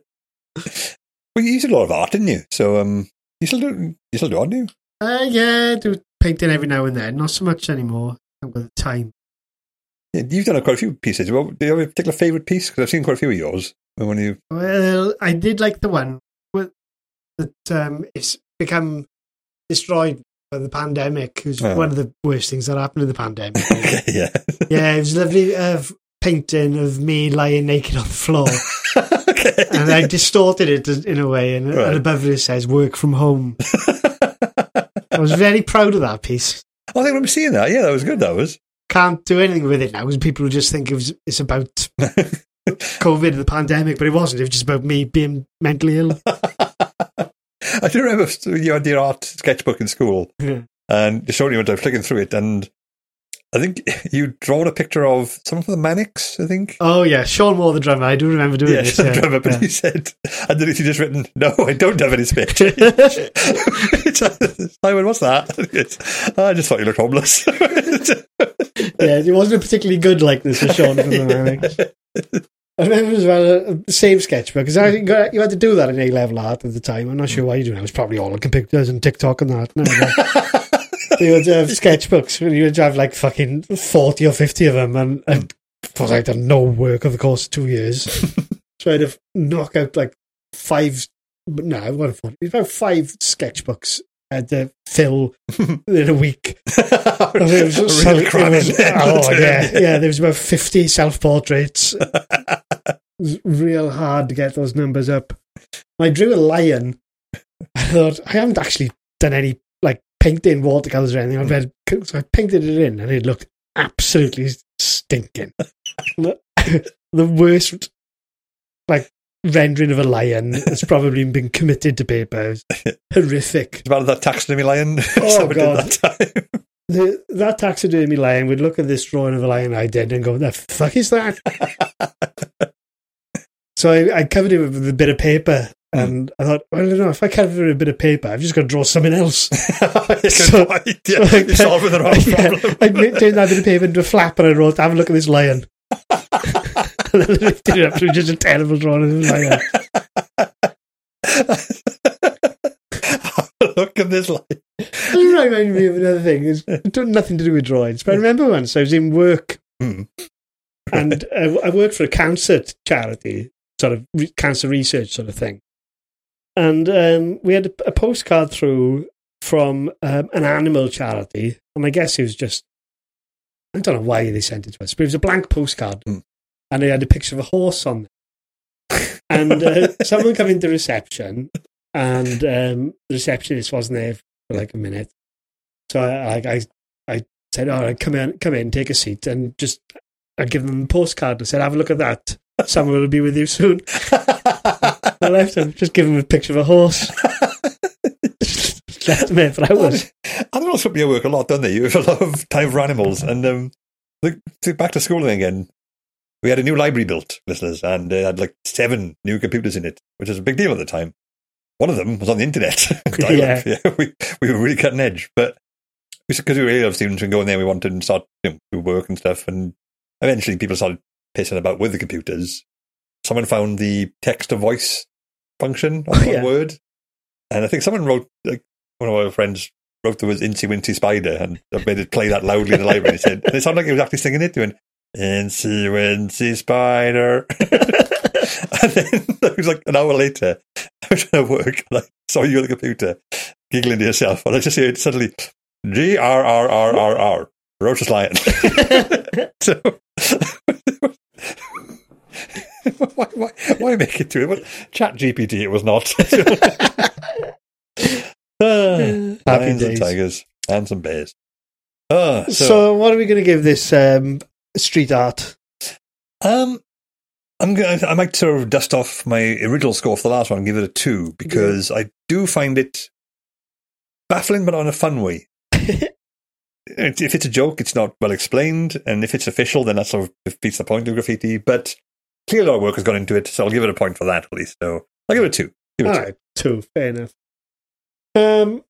[SPEAKER 5] you used a lot of art, didn't you? So, um, you still do, you still do, aren't you?
[SPEAKER 4] Uh, yeah, do painting every now and then. Not so much anymore. I've got the time.
[SPEAKER 5] Yeah, You've done quite a few pieces. Well, do you have a particular favourite piece? Because I've seen quite a few of yours. And When you
[SPEAKER 4] Well, I did like the one with, that um, it's become destroyed by the pandemic. It was
[SPEAKER 5] Oh.
[SPEAKER 4] one of the worst things that happened in the pandemic.
[SPEAKER 5] yeah,
[SPEAKER 4] yeah, it was lovely uh, painting of me lying naked on the floor,
[SPEAKER 5] okay.
[SPEAKER 4] and I distorted it in a way, and,
[SPEAKER 5] Right.
[SPEAKER 4] and above it says "work from home." I was very proud of that piece.
[SPEAKER 5] I think I'm seeing that. Yeah, that was good. That was.
[SPEAKER 4] Can't do anything with it now because people just think it was, it's about COVID and the pandemic, but it wasn't. It was just about me being mentally ill.
[SPEAKER 5] I do remember you had your art sketchbook in school,
[SPEAKER 4] Yeah.
[SPEAKER 5] and you showed me when I was flicking through it, and I think you'd drawn a picture of someone from the Manics, I think.
[SPEAKER 4] Oh yeah, Sean Moore the drummer. I do remember doing
[SPEAKER 5] yeah,
[SPEAKER 4] this.
[SPEAKER 5] I remember, but he said, and then he just written, no, I don't have any space.
[SPEAKER 4] yeah.
[SPEAKER 5] Simon, what's that? It's, I just thought you looked homeless.
[SPEAKER 4] Yeah, it wasn't a particularly good likeness of Sean from the Manics. I remember as well a, a same sketchbook because you had to do that in A level art at the time. I'm not sure why you do it. It was probably all looking pictures and TikTok and that. No, no. you would have sketchbooks and you would have like fucking 40 or 50 of them. And, and but I'd done no work over the course of two years. Tried to knock out like five, no, I wasn't 40, it was about five sketchbooks I had to fill in a week. Oh, there was,
[SPEAKER 5] Really
[SPEAKER 4] self- there
[SPEAKER 5] cramming
[SPEAKER 4] was-
[SPEAKER 5] them
[SPEAKER 4] oh,
[SPEAKER 5] into
[SPEAKER 4] yeah,
[SPEAKER 5] it.
[SPEAKER 4] yeah. There was about fifty self portraits. it was real hard to get those numbers up. I drew a lion. I thought I haven't actually done any like painting watercolors or anything. I've read, so I painted it in, and it looked absolutely stinking. the the worst, like rendering of a lion that's probably been committed to paper. It was horrific.
[SPEAKER 5] It's about that taxonomy lion.
[SPEAKER 4] Oh,
[SPEAKER 5] Someone did
[SPEAKER 4] God.
[SPEAKER 5] that time.
[SPEAKER 4] the, that taxidermy lion would look at this drawing of a lion I did and go, "The fuck is that?" so I, I covered it with a bit of paper, and I thought, well, I don't know if I cover it with a bit of paper, I've just got to draw something else.
[SPEAKER 5] Good
[SPEAKER 4] So-
[SPEAKER 5] point, yeah. You're solving the wrong
[SPEAKER 4] Yeah,
[SPEAKER 5] problem.
[SPEAKER 4] I ma- turned that bit of paper into a flap, and I wrote, "Have a look at this lion." and I lifted it up to just a terrible drawing of a lion.
[SPEAKER 5] Look at this lion.
[SPEAKER 4] You reminded me of another thing. It's it's got nothing to do with drawings, but I remember once I was in work,
[SPEAKER 5] Hmm.
[SPEAKER 4] and I, I worked for a cancer t- charity, sort of re- cancer research sort of thing. And um, we had a, a postcard through from um, an animal charity, and I guess it was just I don't know why they sent it to us, but it was a blank postcard,
[SPEAKER 5] Hmm.
[SPEAKER 4] and they had a picture of a horse on it. and uh, someone came into reception, and um, the receptionist wasn't there for like a minute. So I, I, I, I said, "All right, come in, come in, take a seat," and just I give them a postcard and said, "Have a look at that. Someone will be with you soon." I left him, just give him a picture of a horse. left him there for hours.
[SPEAKER 5] Animals put me at work a lot, don't they? You have a lot of time for animals. And um, look, think back to school then again, we had a new library built, listeners, and uh, had like seven new computers in it, which was a big deal at the time. One of them was on the internet. Dial-up, yeah, we, we were really cutting edge. But because we were A level students and going there, we wanted to start you know, do work and stuff. And eventually people started pissing about with the computers. Someone found the text to voice function on, on
[SPEAKER 4] yeah.
[SPEAKER 5] Word. And I think someone wrote, like, one of our friends wrote the words Incy Wincy Spider and made it play that loudly in the library. And it, said, and it sounded like he was actually singing it, doing Incy Wincy Spider. and then it was like an hour later, I was trying to work and I saw you on the computer giggling to yourself. And I just heard suddenly G R R R R R, ferocious lion. so. why, why, why make it to it? Well, Chat GPT, it was not. Ah,
[SPEAKER 4] Happy
[SPEAKER 5] lions and
[SPEAKER 4] days.
[SPEAKER 5] tigers and some bears. Ah,
[SPEAKER 4] So,
[SPEAKER 5] so,
[SPEAKER 4] what are we going to give this um, street art?
[SPEAKER 5] um, I'm going. I might sort of dust off my original score for the last one and give it a two because I do find it baffling, but on a fun way. It- if it's a joke, it's not well explained, and if it's official, then that sort of defeats the point of graffiti. But clearly, a lot of work has gone into it, so I'll give it a point for that at least. So I'll give it a two. Give it
[SPEAKER 4] All
[SPEAKER 5] a two.
[SPEAKER 4] right, two, fair enough. Um,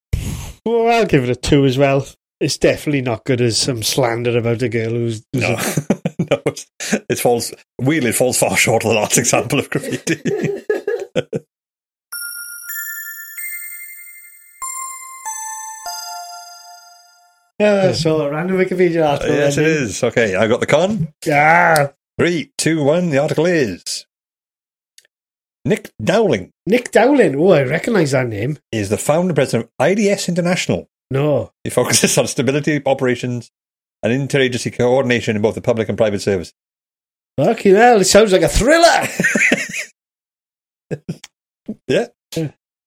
[SPEAKER 4] well, I'll give it a two as well. It's definitely not good as some slander about a girl who's. who's
[SPEAKER 5] No,
[SPEAKER 4] a-
[SPEAKER 5] no, it's- it falls weirdly. It falls far short of the last example of graffiti.
[SPEAKER 4] yeah, that's all. A random Wikipedia article.
[SPEAKER 5] Oh,
[SPEAKER 4] Ah,
[SPEAKER 5] yes, it is. Okay, I got the con.
[SPEAKER 4] Yeah.
[SPEAKER 5] Three, two, one. The article is Nick Dowling
[SPEAKER 4] Nick Dowling. Oh, I recognise that name.
[SPEAKER 5] is the founder and president of IDS International.
[SPEAKER 4] No.
[SPEAKER 5] He focuses on stability operations and interagency coordination in both the public and private service.
[SPEAKER 4] Fucking hell, it sounds like a thriller.
[SPEAKER 5] Yeah.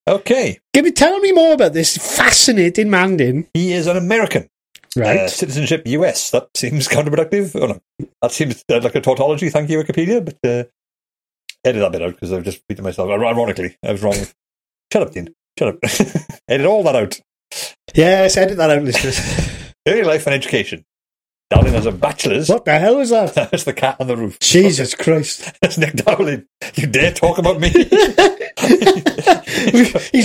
[SPEAKER 5] Okay.
[SPEAKER 4] Give me, tell me more about this fascinating man, din.
[SPEAKER 5] He is an American.
[SPEAKER 4] Right.
[SPEAKER 5] Uh, citizenship US. That seems counterproductive. Oh, no. That seems uh, like a tautology. Thank you, Wikipedia. But uh, edit that bit out because I've just beaten myself. Ironically, I was wrong. Shut up, Dean. Shut up. edit all that out.
[SPEAKER 4] yes, edit that out, listeners.
[SPEAKER 5] Early life and education. Darling has a bachelor's.
[SPEAKER 4] what the hell was that?
[SPEAKER 5] That's the cat on the roof.
[SPEAKER 4] Jesus Christ.
[SPEAKER 5] That's Nick Dowling. You dare talk about me?
[SPEAKER 4] He's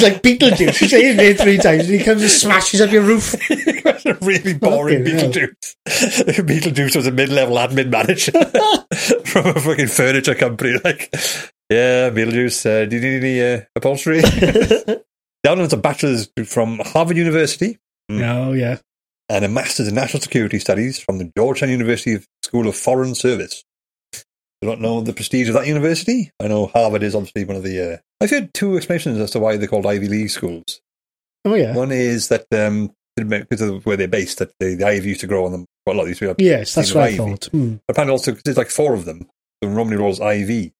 [SPEAKER 4] like Beetlejuice. He's his name three times and he comes and smashes up your roof.
[SPEAKER 5] That's a really boring
[SPEAKER 4] Fucking hell.
[SPEAKER 5] Beetlejuice. Beetlejuice was a mid-level admin manager from a fucking furniture company. Like, yeah, Beetlejuice. Uh, do you need any uh, upholstery? Dowling's a bachelor's from Harvard University
[SPEAKER 4] No, Oh, yeah.
[SPEAKER 5] and a master's in national security studies from the Georgetown University of School of Foreign Service. I don't know the prestige of that university. I know Harvard is obviously one of the. Uh, I've heard two explanations as to why they're called Ivy League schools.
[SPEAKER 4] Oh, yeah.
[SPEAKER 5] One is that um, because of where they're based, that the, the ivy used to grow on them. Well, a lot of these people.
[SPEAKER 4] Yes, that's
[SPEAKER 5] Stephen
[SPEAKER 4] what I
[SPEAKER 5] Ivey.
[SPEAKER 4] thought. Hmm.
[SPEAKER 5] Apparently, also 'cause there's like four of them. The Romney rolls IV,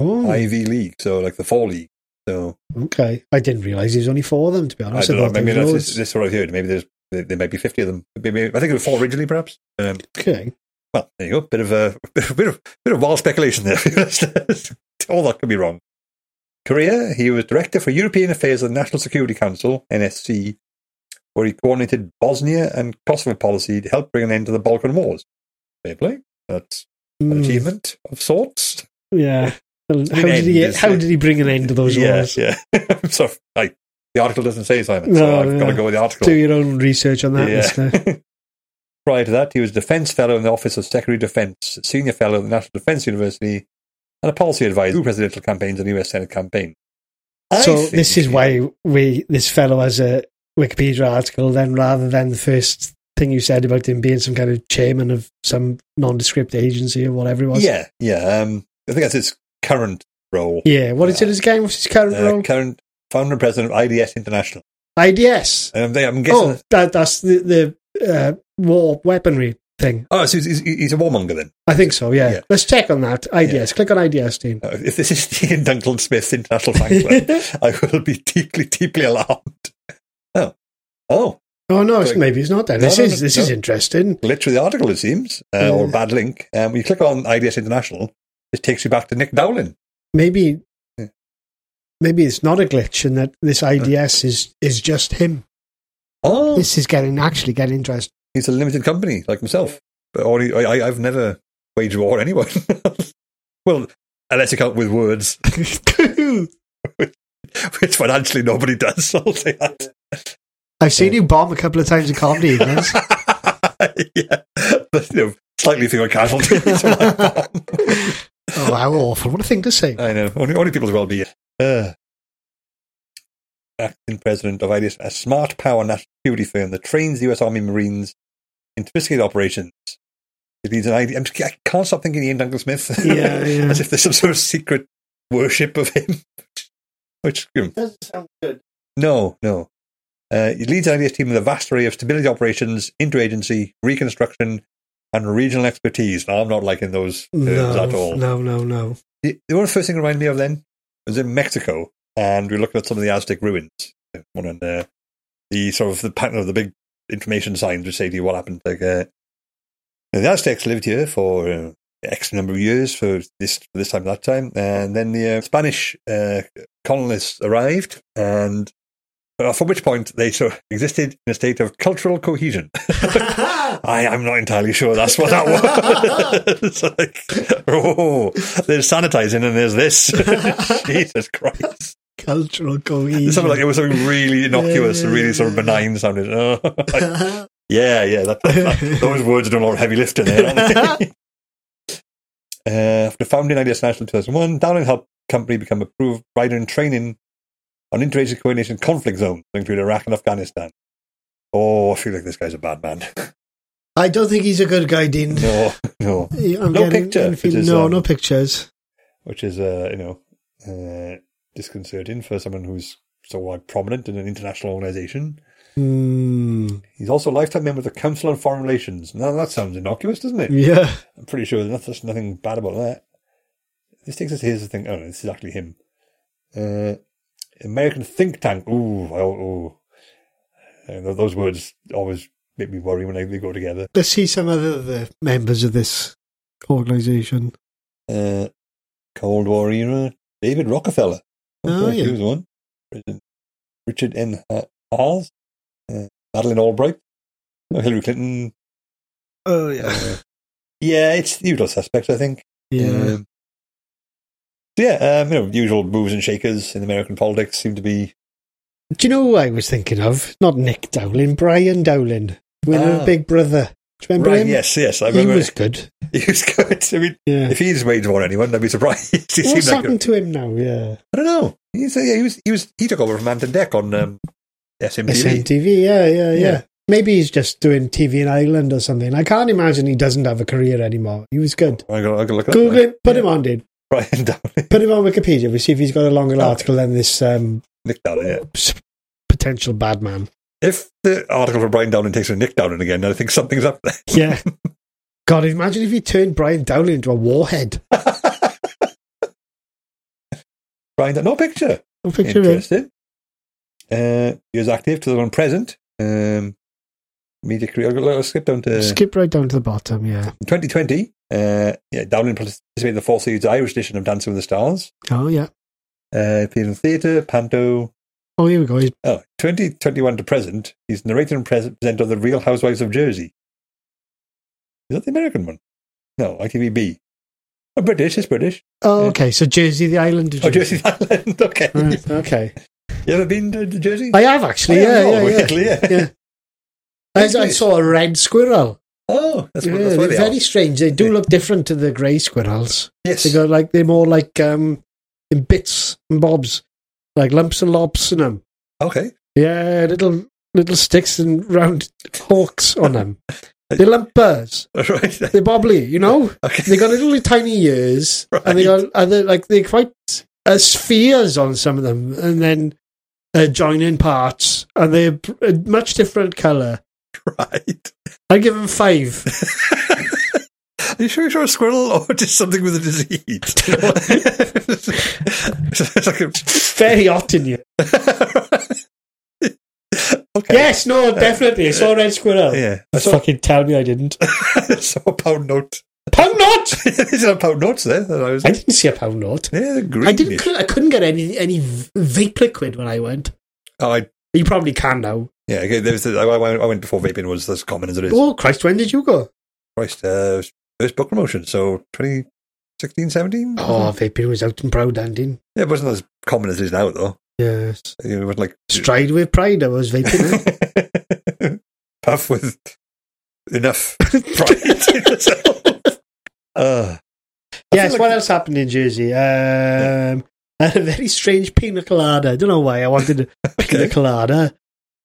[SPEAKER 4] Oh,
[SPEAKER 5] Ivy League, so like the four league. So
[SPEAKER 4] okay. I didn't realise there was only four of them, to be
[SPEAKER 5] I
[SPEAKER 4] honest.
[SPEAKER 5] don't know.
[SPEAKER 4] thought there
[SPEAKER 5] Maybe
[SPEAKER 4] was
[SPEAKER 5] that's,
[SPEAKER 4] loads.
[SPEAKER 5] this is what I've heard. Maybe there's there, there might be fifty of them. Maybe, I think there were four originally, perhaps. Um,
[SPEAKER 4] Okay.
[SPEAKER 5] well, there you go. Bit of a bit of bit of wild speculation there. All that could be wrong. Korea. He was director for European Affairs of the National Security Council (NSC), where he coordinated Bosnia and Kosovo policy to help bring an end to the Balkan Wars. Fair play. That's an
[SPEAKER 4] Hmm.
[SPEAKER 5] achievement of sorts.
[SPEAKER 4] Yeah. Well, How did,
[SPEAKER 5] end
[SPEAKER 4] he,
[SPEAKER 5] is-
[SPEAKER 4] how did he bring an end to those
[SPEAKER 5] yeah,
[SPEAKER 4] wars?
[SPEAKER 5] yeah. I'm sorry. I, the article doesn't say Simon,
[SPEAKER 4] No,
[SPEAKER 5] so I've got to
[SPEAKER 4] no.
[SPEAKER 5] go with the article.
[SPEAKER 4] Do your own research on that,
[SPEAKER 5] Yeah.
[SPEAKER 4] mister.
[SPEAKER 5] Prior to that, he was Defence Fellow in the Office of Secretary of Defence, Senior Fellow at the National Defence University, and a Policy Advisor to presidential campaigns and US Senate campaign. I
[SPEAKER 4] so
[SPEAKER 5] think-
[SPEAKER 4] this is why we this fellow has a Wikipedia article then rather than the first thing you said about him being some kind of chairman of some nondescript agency or whatever it was.
[SPEAKER 5] Yeah, yeah. Um, I think that's his current role.
[SPEAKER 4] Yeah. What is it as game? What's his current
[SPEAKER 5] Uh,
[SPEAKER 4] role?
[SPEAKER 5] current founder and president of IDS International.
[SPEAKER 4] IDS.
[SPEAKER 5] Um, they, I'm guessing.
[SPEAKER 4] Oh, that, that's the, the uh, war weaponry thing.
[SPEAKER 5] Oh, so he's, he's, he's a warmonger then.
[SPEAKER 4] I think so, yeah.
[SPEAKER 5] Yeah.
[SPEAKER 4] Let's check on that. IDS. Click on IDS, Dean.
[SPEAKER 5] Uh, If this is the Duncan Smith International Fan Club, I will be deeply, deeply alarmed. Oh, oh,
[SPEAKER 4] Oh, no, it's,
[SPEAKER 5] Click.
[SPEAKER 4] maybe it's not then.
[SPEAKER 5] No,
[SPEAKER 4] This
[SPEAKER 5] no,
[SPEAKER 4] is
[SPEAKER 5] no,
[SPEAKER 4] this is
[SPEAKER 5] no.
[SPEAKER 4] interesting.
[SPEAKER 5] literally the article, it seems, uh, or a bad link. Um, you click on IDS International, it takes you back to Nick Dowling.
[SPEAKER 4] Maybe
[SPEAKER 5] Yeah. Uh.
[SPEAKER 4] maybe it's not a glitch and that this IDS is, is just him.
[SPEAKER 5] Oh,
[SPEAKER 7] This is getting actually getting interesting.
[SPEAKER 5] he's a limited company like myself. But only, I, I- I've never waged war on anyone. well, unless you count with words, which financially nobody does. So I'll say that.
[SPEAKER 7] I've seen you bomb a couple of times in comedy evenings.
[SPEAKER 5] yeah, but you know, slightly fewer casualties.
[SPEAKER 7] oh, how awful. What a thing to say.
[SPEAKER 5] I know. Only, only people's well-being. Uh, acting president of IDIS, a smart power national security firm that trains the US Army Marines in sophisticated operations. It needs an ID. I'm just, I can't stop thinking Ian Duncan Smith.
[SPEAKER 4] Yeah, yeah.
[SPEAKER 5] As if there's some sort of secret worship of him. Which you know,
[SPEAKER 4] Doesn't sound good.
[SPEAKER 5] no, no. Uh, he leads an IDS team with a vast array of stability operations, interagency, reconstruction, and regional expertise. Now, I'm not liking those terms
[SPEAKER 4] No,
[SPEAKER 5] at all.
[SPEAKER 4] no, no, no.
[SPEAKER 5] The, the one first thing it reminded me of then was in Mexico, and we were looking at some of the Aztec ruins. One on uh, the sort of the pattern of the big information signs which say to you what happened. Like uh, the Aztecs lived here for uh, X number of years for this for this time, that time, and then the uh, Spanish uh, colonists arrived, and uh, from which point they sort of existed in a state of cultural cohesion. I am not entirely sure that's what that was. It's like, oh, there's sanitizing and there's this. Jesus Christ!
[SPEAKER 8] Cultural
[SPEAKER 5] It
[SPEAKER 8] cohesion.
[SPEAKER 5] sounded like it was something really innocuous and really sort of benign sounding. Oh, yeah, yeah, that, that- those words are doing a lot of heavy lifting there. Aren't they? uh, after founding IDS National in 2001, Downing helped company become approved rider and training on interagency coordination conflict zones, including Iraq and Afghanistan. Oh, I feel like this guy's a bad man.
[SPEAKER 8] I don't think he's a good guy, Dean.
[SPEAKER 5] No, no.
[SPEAKER 8] I'm
[SPEAKER 5] No
[SPEAKER 8] getting-
[SPEAKER 5] picture,
[SPEAKER 8] I'm feeling-
[SPEAKER 5] which is,
[SPEAKER 8] no,
[SPEAKER 5] um,
[SPEAKER 8] no pictures.
[SPEAKER 5] Which is, uh, you know, uh, disconcerting for someone who's so like, prominent in an international organization.
[SPEAKER 8] Hmm.
[SPEAKER 5] He's also a lifetime member of the Council on Foreign Relations. Now that sounds innocuous, doesn't it?
[SPEAKER 8] Yeah.
[SPEAKER 5] I'm pretty sure there's not- there's nothing bad about that. This takes us here's the thing. Oh, no, this is actually him. Uh, American think tank. Ooh, oh, oh. Uh, those words always make me worry when they, they go together.
[SPEAKER 8] Let's see some other the members of this organization.
[SPEAKER 5] Uh, Cold War era. David Rockefeller.
[SPEAKER 8] Oh,
[SPEAKER 5] Okay,
[SPEAKER 8] yeah.
[SPEAKER 5] He was one. President Richard N. Ha- Haas. Uh, Madeleine Albright. No, Hillary Clinton. Uh,
[SPEAKER 8] Oh yeah.
[SPEAKER 5] Yeah, it's the usual suspects, I think.
[SPEAKER 8] Yeah.
[SPEAKER 5] Um, so yeah, um, you know, usual moves and shakers in American politics seem to be.
[SPEAKER 4] Do you know who I was thinking of? Not Nick Dowling, Brian Dowling, winner
[SPEAKER 5] Ah.
[SPEAKER 4] of Big Brother. Do you remember
[SPEAKER 5] Right,
[SPEAKER 4] him?
[SPEAKER 5] yes, yes, I
[SPEAKER 4] he
[SPEAKER 5] remember.
[SPEAKER 4] was good.
[SPEAKER 5] he was good. I mean,
[SPEAKER 4] Yeah.
[SPEAKER 5] if he's waged war on anyone, I'd be surprised. he seemed
[SPEAKER 4] What's
[SPEAKER 5] like a,
[SPEAKER 4] happened to him now? Yeah.
[SPEAKER 5] I don't know. He's, uh, yeah, he was, he was, he took over from Anton Deck on um, SMTV.
[SPEAKER 4] SMTV, yeah, yeah, yeah,
[SPEAKER 5] Yeah.
[SPEAKER 4] Maybe he's just doing TV in Ireland or something. I can't imagine he doesn't have a career anymore. He was good.
[SPEAKER 5] I gotta, I gotta look it
[SPEAKER 4] Google
[SPEAKER 5] up.
[SPEAKER 4] him, put him on, dude.
[SPEAKER 5] Brian Downey,
[SPEAKER 4] Put him on Wikipedia. We'll see if he's got a longer
[SPEAKER 5] Okay.
[SPEAKER 4] article than this um,
[SPEAKER 5] Nick Downey. Yeah.
[SPEAKER 4] s- potential bad man.
[SPEAKER 5] If the article for Brian Downey takes a Nick Downey again, I think something's up there.
[SPEAKER 4] Yeah. God, imagine if he turned Brian Dowling into a warhead.
[SPEAKER 5] Brian, Downey- no picture.
[SPEAKER 4] I'll picture him.
[SPEAKER 5] Interesting. Uh, he was active to the one present. Um, media career. Let's skip down to
[SPEAKER 4] Skip right down to the bottom, yeah.
[SPEAKER 5] 2020. Uh, yeah, Dowling participated in the fourth series Irish edition of Dancing with the Stars.
[SPEAKER 4] Oh, yeah.
[SPEAKER 5] Uh, appeared in theatre, panto.
[SPEAKER 4] Oh, here we go. He's
[SPEAKER 5] Oh, 2021 to present. He's narrator and pres- presenter of The Real Housewives of Jersey. Is that the American one? No, ITVB. Oh, British. It's British.
[SPEAKER 4] Oh,
[SPEAKER 5] Yeah.
[SPEAKER 4] okay. So Jersey, the island of
[SPEAKER 5] Oh,
[SPEAKER 4] Jersey.
[SPEAKER 5] Jersey Island. Okay.
[SPEAKER 4] Right, okay.
[SPEAKER 5] You ever been to to Jersey?
[SPEAKER 4] I have actually.
[SPEAKER 5] I
[SPEAKER 4] yeah,
[SPEAKER 5] don't know,
[SPEAKER 4] yeah, yeah.
[SPEAKER 5] weirdly, yeah.
[SPEAKER 4] Yeah. I, I saw a red squirrel.
[SPEAKER 5] Oh, that's, what,
[SPEAKER 4] Yeah,
[SPEAKER 5] that's why
[SPEAKER 4] they're
[SPEAKER 5] they
[SPEAKER 4] very
[SPEAKER 5] are.
[SPEAKER 4] strange. They do look different to the grey squirrels.
[SPEAKER 5] Yes.
[SPEAKER 4] They go like they're more like um, in bits and bobs, like lumps and lobs in them.
[SPEAKER 5] Okay.
[SPEAKER 4] Yeah, little little sticks and round hawks on them. They're lumpers.
[SPEAKER 5] All right.
[SPEAKER 4] They're bobbly. You know,
[SPEAKER 5] Okay.
[SPEAKER 4] they got little tiny ears, and they got other like they're quite uh, spheres on some of them, and then uh, joining parts, and they're a much different colour.
[SPEAKER 5] right.
[SPEAKER 4] I give them five.
[SPEAKER 5] Are you sure you're a squirrel or just something with a disease? it's like a,
[SPEAKER 4] Very hot in you.
[SPEAKER 5] okay. Uh,
[SPEAKER 4] Yes, no, definitely. I saw a red squirrel.
[SPEAKER 5] Yeah.
[SPEAKER 4] That's fucking tell me I didn't.
[SPEAKER 5] so a pound note.
[SPEAKER 4] pound note.
[SPEAKER 5] These are pound notes there. That I was.
[SPEAKER 4] I didn't see a pound note.
[SPEAKER 5] yeah, they're
[SPEAKER 4] I didn't.
[SPEAKER 5] greenish.
[SPEAKER 4] cou- I couldn't get any any v- vape liquid when I went.
[SPEAKER 5] Oh, I,
[SPEAKER 4] You probably can now.
[SPEAKER 5] yeah. okay, there was the- I, I- I went before vaping was as common as it is.
[SPEAKER 4] Oh Christ! When did you go?
[SPEAKER 5] Christ, uh, first book promotion. So 2016, 17?
[SPEAKER 4] Oh, vaping was out and proud, Andy.
[SPEAKER 5] Yeah, it wasn't as common as it is now, though.
[SPEAKER 4] Yes,
[SPEAKER 5] It wasn't like
[SPEAKER 4] stride with pride. I was vaping.
[SPEAKER 5] puff with enough pride in itself. Uh, I
[SPEAKER 4] yes.
[SPEAKER 5] feel like-
[SPEAKER 4] What else happened in Jersey? Um, I had a very strange pina colada. I don't know why I wanted a pina colada.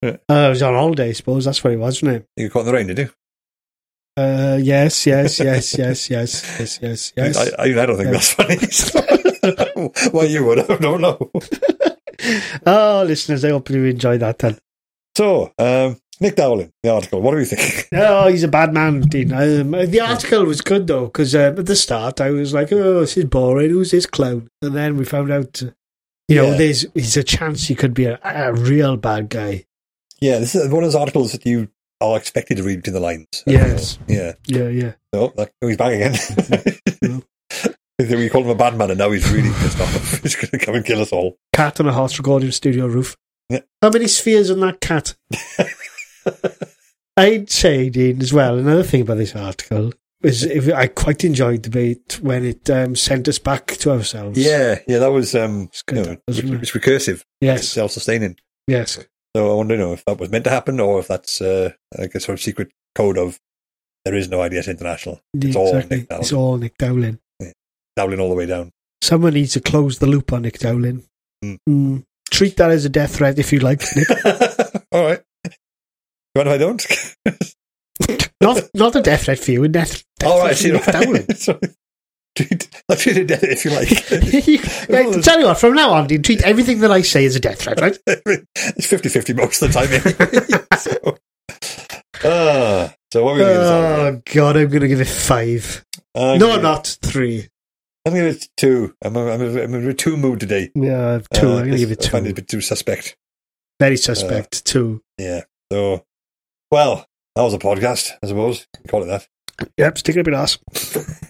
[SPEAKER 5] Yeah.
[SPEAKER 4] Uh, I was on holiday, I suppose. That's what it was, wasn't it?
[SPEAKER 5] You got caught in the rain, did you?
[SPEAKER 4] Uh, yes, yes, yes, yes, yes, yes, yes, yes.
[SPEAKER 5] I, I, I don't think that's funny. Why you would? I don't know.
[SPEAKER 4] oh, listeners, I hope you enjoy that then.
[SPEAKER 5] So, um, Nick Dowling, the article. What do we think?
[SPEAKER 4] Oh, he's a bad man, Dean. Um, the article was good though, because um, at the start I was like, "Oh, this is boring. Who's this clown?" And then we found out, uh, you know,
[SPEAKER 5] Yeah.
[SPEAKER 4] there's there's a chance he could be a, a real bad guy.
[SPEAKER 5] yeah, this is one of those articles that you are expected to read between the lines.
[SPEAKER 4] Yes.
[SPEAKER 5] Yeah.
[SPEAKER 4] Um, Yeah, yeah.
[SPEAKER 5] So that, oh, he's back again. we called him a bad man, and now he's really pissed off. he's going to come and kill us all.
[SPEAKER 4] Cat on a hot recording studio roof.
[SPEAKER 5] Yeah.
[SPEAKER 4] How many spheres on that cat? I'd say, Dean, as well, another thing about this article is if I quite enjoyed the bit when it um, sent us back to ourselves.
[SPEAKER 5] Yeah, yeah, that was um,
[SPEAKER 4] It's good,
[SPEAKER 5] you
[SPEAKER 4] that
[SPEAKER 5] know,
[SPEAKER 4] was
[SPEAKER 5] it's,
[SPEAKER 4] really-
[SPEAKER 5] it's recursive, it's
[SPEAKER 4] Yes.
[SPEAKER 5] self-sustaining.
[SPEAKER 4] Yes.
[SPEAKER 5] So I wonder, you know, if that was meant to happen, or if that's uh, like a sort of secret code of there is no IDS International. It's all Nick Dowling,
[SPEAKER 4] It's all Nick Dowling.
[SPEAKER 5] Dowling all the way down.
[SPEAKER 4] Someone needs to close the loop on Nick Dowling.
[SPEAKER 5] Mm.
[SPEAKER 4] Mm. Treat that as a death threat if you like, Nick.
[SPEAKER 5] all right. You mind if I don't?
[SPEAKER 4] not not a death threat for you, a death, death
[SPEAKER 5] all
[SPEAKER 4] threat
[SPEAKER 5] right,
[SPEAKER 4] for
[SPEAKER 5] see you.
[SPEAKER 4] Nick Dowling.
[SPEAKER 5] Sorry. Treat, I'll treat it dead if you like.
[SPEAKER 4] you, yeah, tell you what, from now on, Dean, treat everything that I say as a death threat, right?
[SPEAKER 5] it's 50 50 most of the time. Anyway. so, Ah, so what are we going to give this album?
[SPEAKER 4] Oh God, I'm gonna give it five.
[SPEAKER 5] I'm
[SPEAKER 4] Uh, no,
[SPEAKER 5] gonna-
[SPEAKER 4] I'm not three.
[SPEAKER 5] I'm going to give it two. I'm, I'm, I'm in a two mood today.
[SPEAKER 4] Yeah, two.
[SPEAKER 5] Uh,
[SPEAKER 4] I'm gonna give it
[SPEAKER 5] I find it a
[SPEAKER 4] two.
[SPEAKER 5] bit Uh, too suspect.
[SPEAKER 4] Very suspect. two.
[SPEAKER 5] Yeah. So, well, that was a podcast, I suppose. You call it that.
[SPEAKER 4] Yep, stick it up your ass.